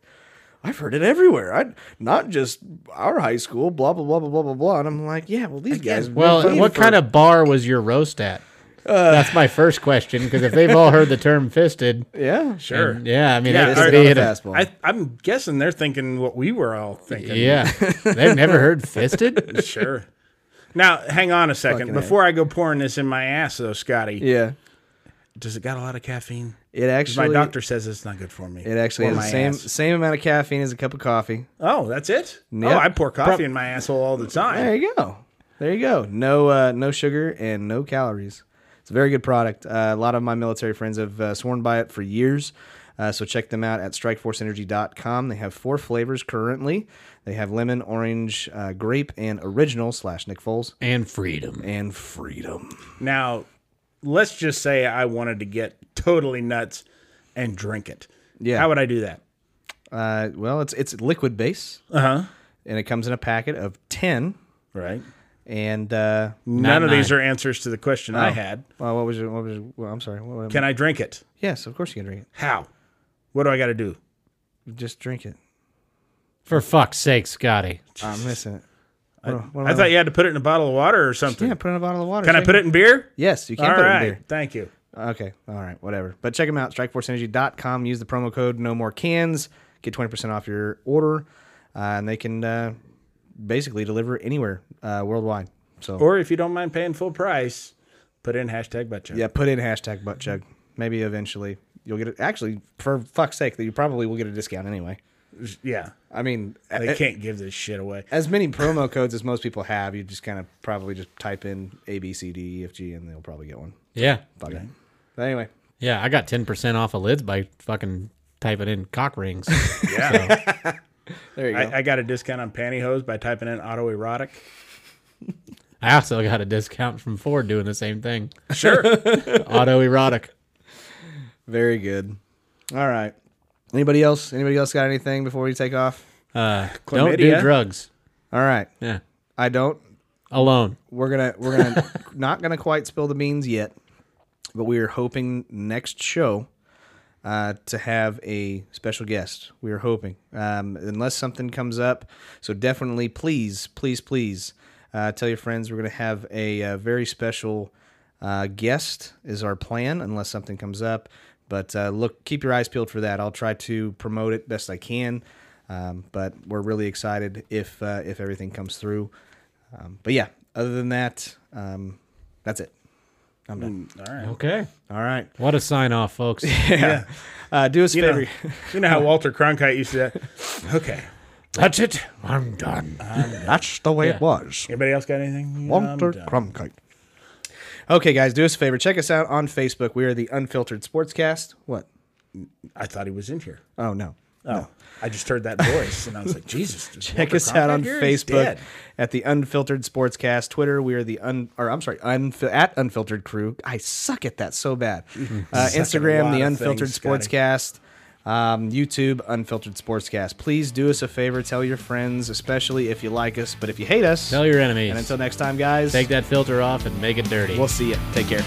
Speaker 4: "I've heard it everywhere. I not just our high school, blah blah blah blah blah blah blah." And I'm like, "Yeah, well, these guys,
Speaker 3: Well, what kind of bar was your roast at? That's my first question because if they've all heard the term fisted,
Speaker 1: Yeah.
Speaker 2: Sure.
Speaker 3: and- yeah, I mean,
Speaker 2: Yeah,
Speaker 3: it
Speaker 2: fisted
Speaker 3: could
Speaker 1: on
Speaker 3: be
Speaker 1: a
Speaker 3: in a-
Speaker 1: fastball.
Speaker 2: I, I'm guessing they're thinking what we were all thinking.
Speaker 3: yeah, they've never heard fisted.
Speaker 2: Sure. Now, hang on a second.
Speaker 1: Fucking A.
Speaker 2: Before I go pouring this in my ass, though, Scotty,
Speaker 1: Yeah.
Speaker 2: does it got a lot of caffeine?
Speaker 1: It
Speaker 2: My
Speaker 1: actually
Speaker 2: doctor says it's not good for me.
Speaker 1: It actually
Speaker 2: Or
Speaker 1: has the
Speaker 2: my
Speaker 1: same
Speaker 2: ass.
Speaker 1: same amount of caffeine as a cup of coffee.
Speaker 2: Oh, that's it.
Speaker 1: Yep.
Speaker 2: Oh, I pour coffee in my asshole all the
Speaker 1: There
Speaker 2: time.
Speaker 1: you go. There you go. No uh, no sugar and no calories. It's a very good product. Uh, a lot of my military friends have uh, sworn by it for years. Uh, so check them out at strikeforceenergy.com. They have four flavors currently. They have lemon, orange, uh, grape, and original slash Nick Foles
Speaker 3: And freedom.
Speaker 1: and freedom.
Speaker 2: Now, let's just say I wanted to get totally nuts and drink it.
Speaker 1: Yeah.
Speaker 2: How would I do that?
Speaker 1: Uh, well, it's it's liquid base. Uh huh. And it comes in a packet of ten.
Speaker 2: Right.
Speaker 1: And uh,
Speaker 2: None of
Speaker 3: nine.
Speaker 2: these are answers to the question I had.
Speaker 1: well, what was your, what was your, well, I'm sorry. What, what,
Speaker 2: Can I drink it?
Speaker 1: yes, of course you can drink
Speaker 2: How? What do I got to do?
Speaker 1: it. Just drink it.
Speaker 3: For fuck's sake, Scotty.
Speaker 1: I'm missing it. What, am- what am
Speaker 2: I thought you had to put it in a bottle of water or something.
Speaker 1: Yeah, put in a bottle of water.
Speaker 2: Can I
Speaker 1: Shake
Speaker 2: put it in beer?
Speaker 1: Yes, you can
Speaker 2: All
Speaker 1: put
Speaker 2: right.
Speaker 1: it in beer.
Speaker 2: Thank you.
Speaker 1: Okay, all right, whatever. But check them out, strikeforceenergy.com. Use the promo code no more cans. Get 20% off your order. Uh, and they can uh, basically deliver anywhere uh, worldwide. So,
Speaker 2: Or if you don't mind paying full price, put in hashtag butt chug.
Speaker 1: yeah, put in hashtag butt chug. Maybe eventually you'll get it. Actually, for fuck's sake, you probably will get a discount anyway.
Speaker 2: Yeah.
Speaker 1: I mean,
Speaker 2: They
Speaker 1: a-
Speaker 2: can't give this shit away.
Speaker 1: as many promo codes as most people have, you just kind of probably just type in A, B, C, D, E, F, G, and they'll probably get one.
Speaker 3: Yeah,
Speaker 1: Fuck it. But anyway,
Speaker 3: yeah. I got ten percent off of lids by fucking typing in cock rings.
Speaker 2: Yeah.
Speaker 1: There you go.
Speaker 2: I, I got a discount on pantyhose by typing in autoerotic.
Speaker 3: I also got a discount from Ford doing the same thing.
Speaker 2: Sure.
Speaker 3: Autoerotic.
Speaker 1: Very good. All right. Anybody else? Anybody else got anything before we take off?
Speaker 3: Uh, don't do
Speaker 2: Chlamydia.
Speaker 3: drugs.
Speaker 1: All right.
Speaker 3: Yeah.
Speaker 1: I don't.
Speaker 3: Alone.
Speaker 1: We're gonna we're gonna not gonna quite spill the beans yet, but we are hoping next show uh, to have a special guest. We are hoping, um, unless something comes up. So definitely, please, please, please uh, tell your friends we're gonna have a, uh very special uh, guest is our plan, unless something comes up. But uh, look, keep your eyes peeled for that. I'll try to promote it best I can. Um, but we're really excited if uh, if everything comes through. Um, but yeah, other than that, um, that's it. I'm done.
Speaker 2: All right.
Speaker 3: Okay.
Speaker 1: All right.
Speaker 3: What a sign off, folks.
Speaker 2: Yeah.
Speaker 1: Hmm. Uh, do us a
Speaker 2: You know,
Speaker 1: favor.
Speaker 2: you know how Walter Cronkite used to that. Okay.
Speaker 3: That's it. I'm done.
Speaker 1: That's the way
Speaker 3: Yeah.
Speaker 1: it was.
Speaker 2: Anybody else got anything? Yeah, I'm
Speaker 1: Walter
Speaker 2: done.
Speaker 1: Cronkite. Okay, guys, do us a favor. Check us out on Facebook. We are the Unfiltered Sportscast. What?
Speaker 2: I thought he was in here.
Speaker 1: Oh no.
Speaker 2: Oh, I just heard that voice and I was like, Jesus. is
Speaker 1: Check
Speaker 2: Walter
Speaker 1: us out
Speaker 2: Cronkite
Speaker 1: on
Speaker 2: here? He's
Speaker 1: Facebook
Speaker 2: dead.
Speaker 1: at the Unfiltered Sportscast. Twitter, we are the un or I'm sorry, unfi- at Unfiltered Crew. I suck at that so bad. Uh,
Speaker 2: suck at a
Speaker 1: Instagram,
Speaker 2: lot
Speaker 1: the
Speaker 2: of
Speaker 1: Unfiltered
Speaker 2: things, Scotty.
Speaker 1: Sportscast. Um, YouTube, Unfiltered Sportscast. Please do us a favor. Tell your friends, especially if you like us. But if you hate us,
Speaker 3: Tell your enemies.
Speaker 1: and until next time, guys,
Speaker 3: Take that filter off and make it dirty.
Speaker 1: we'll see you. Take care.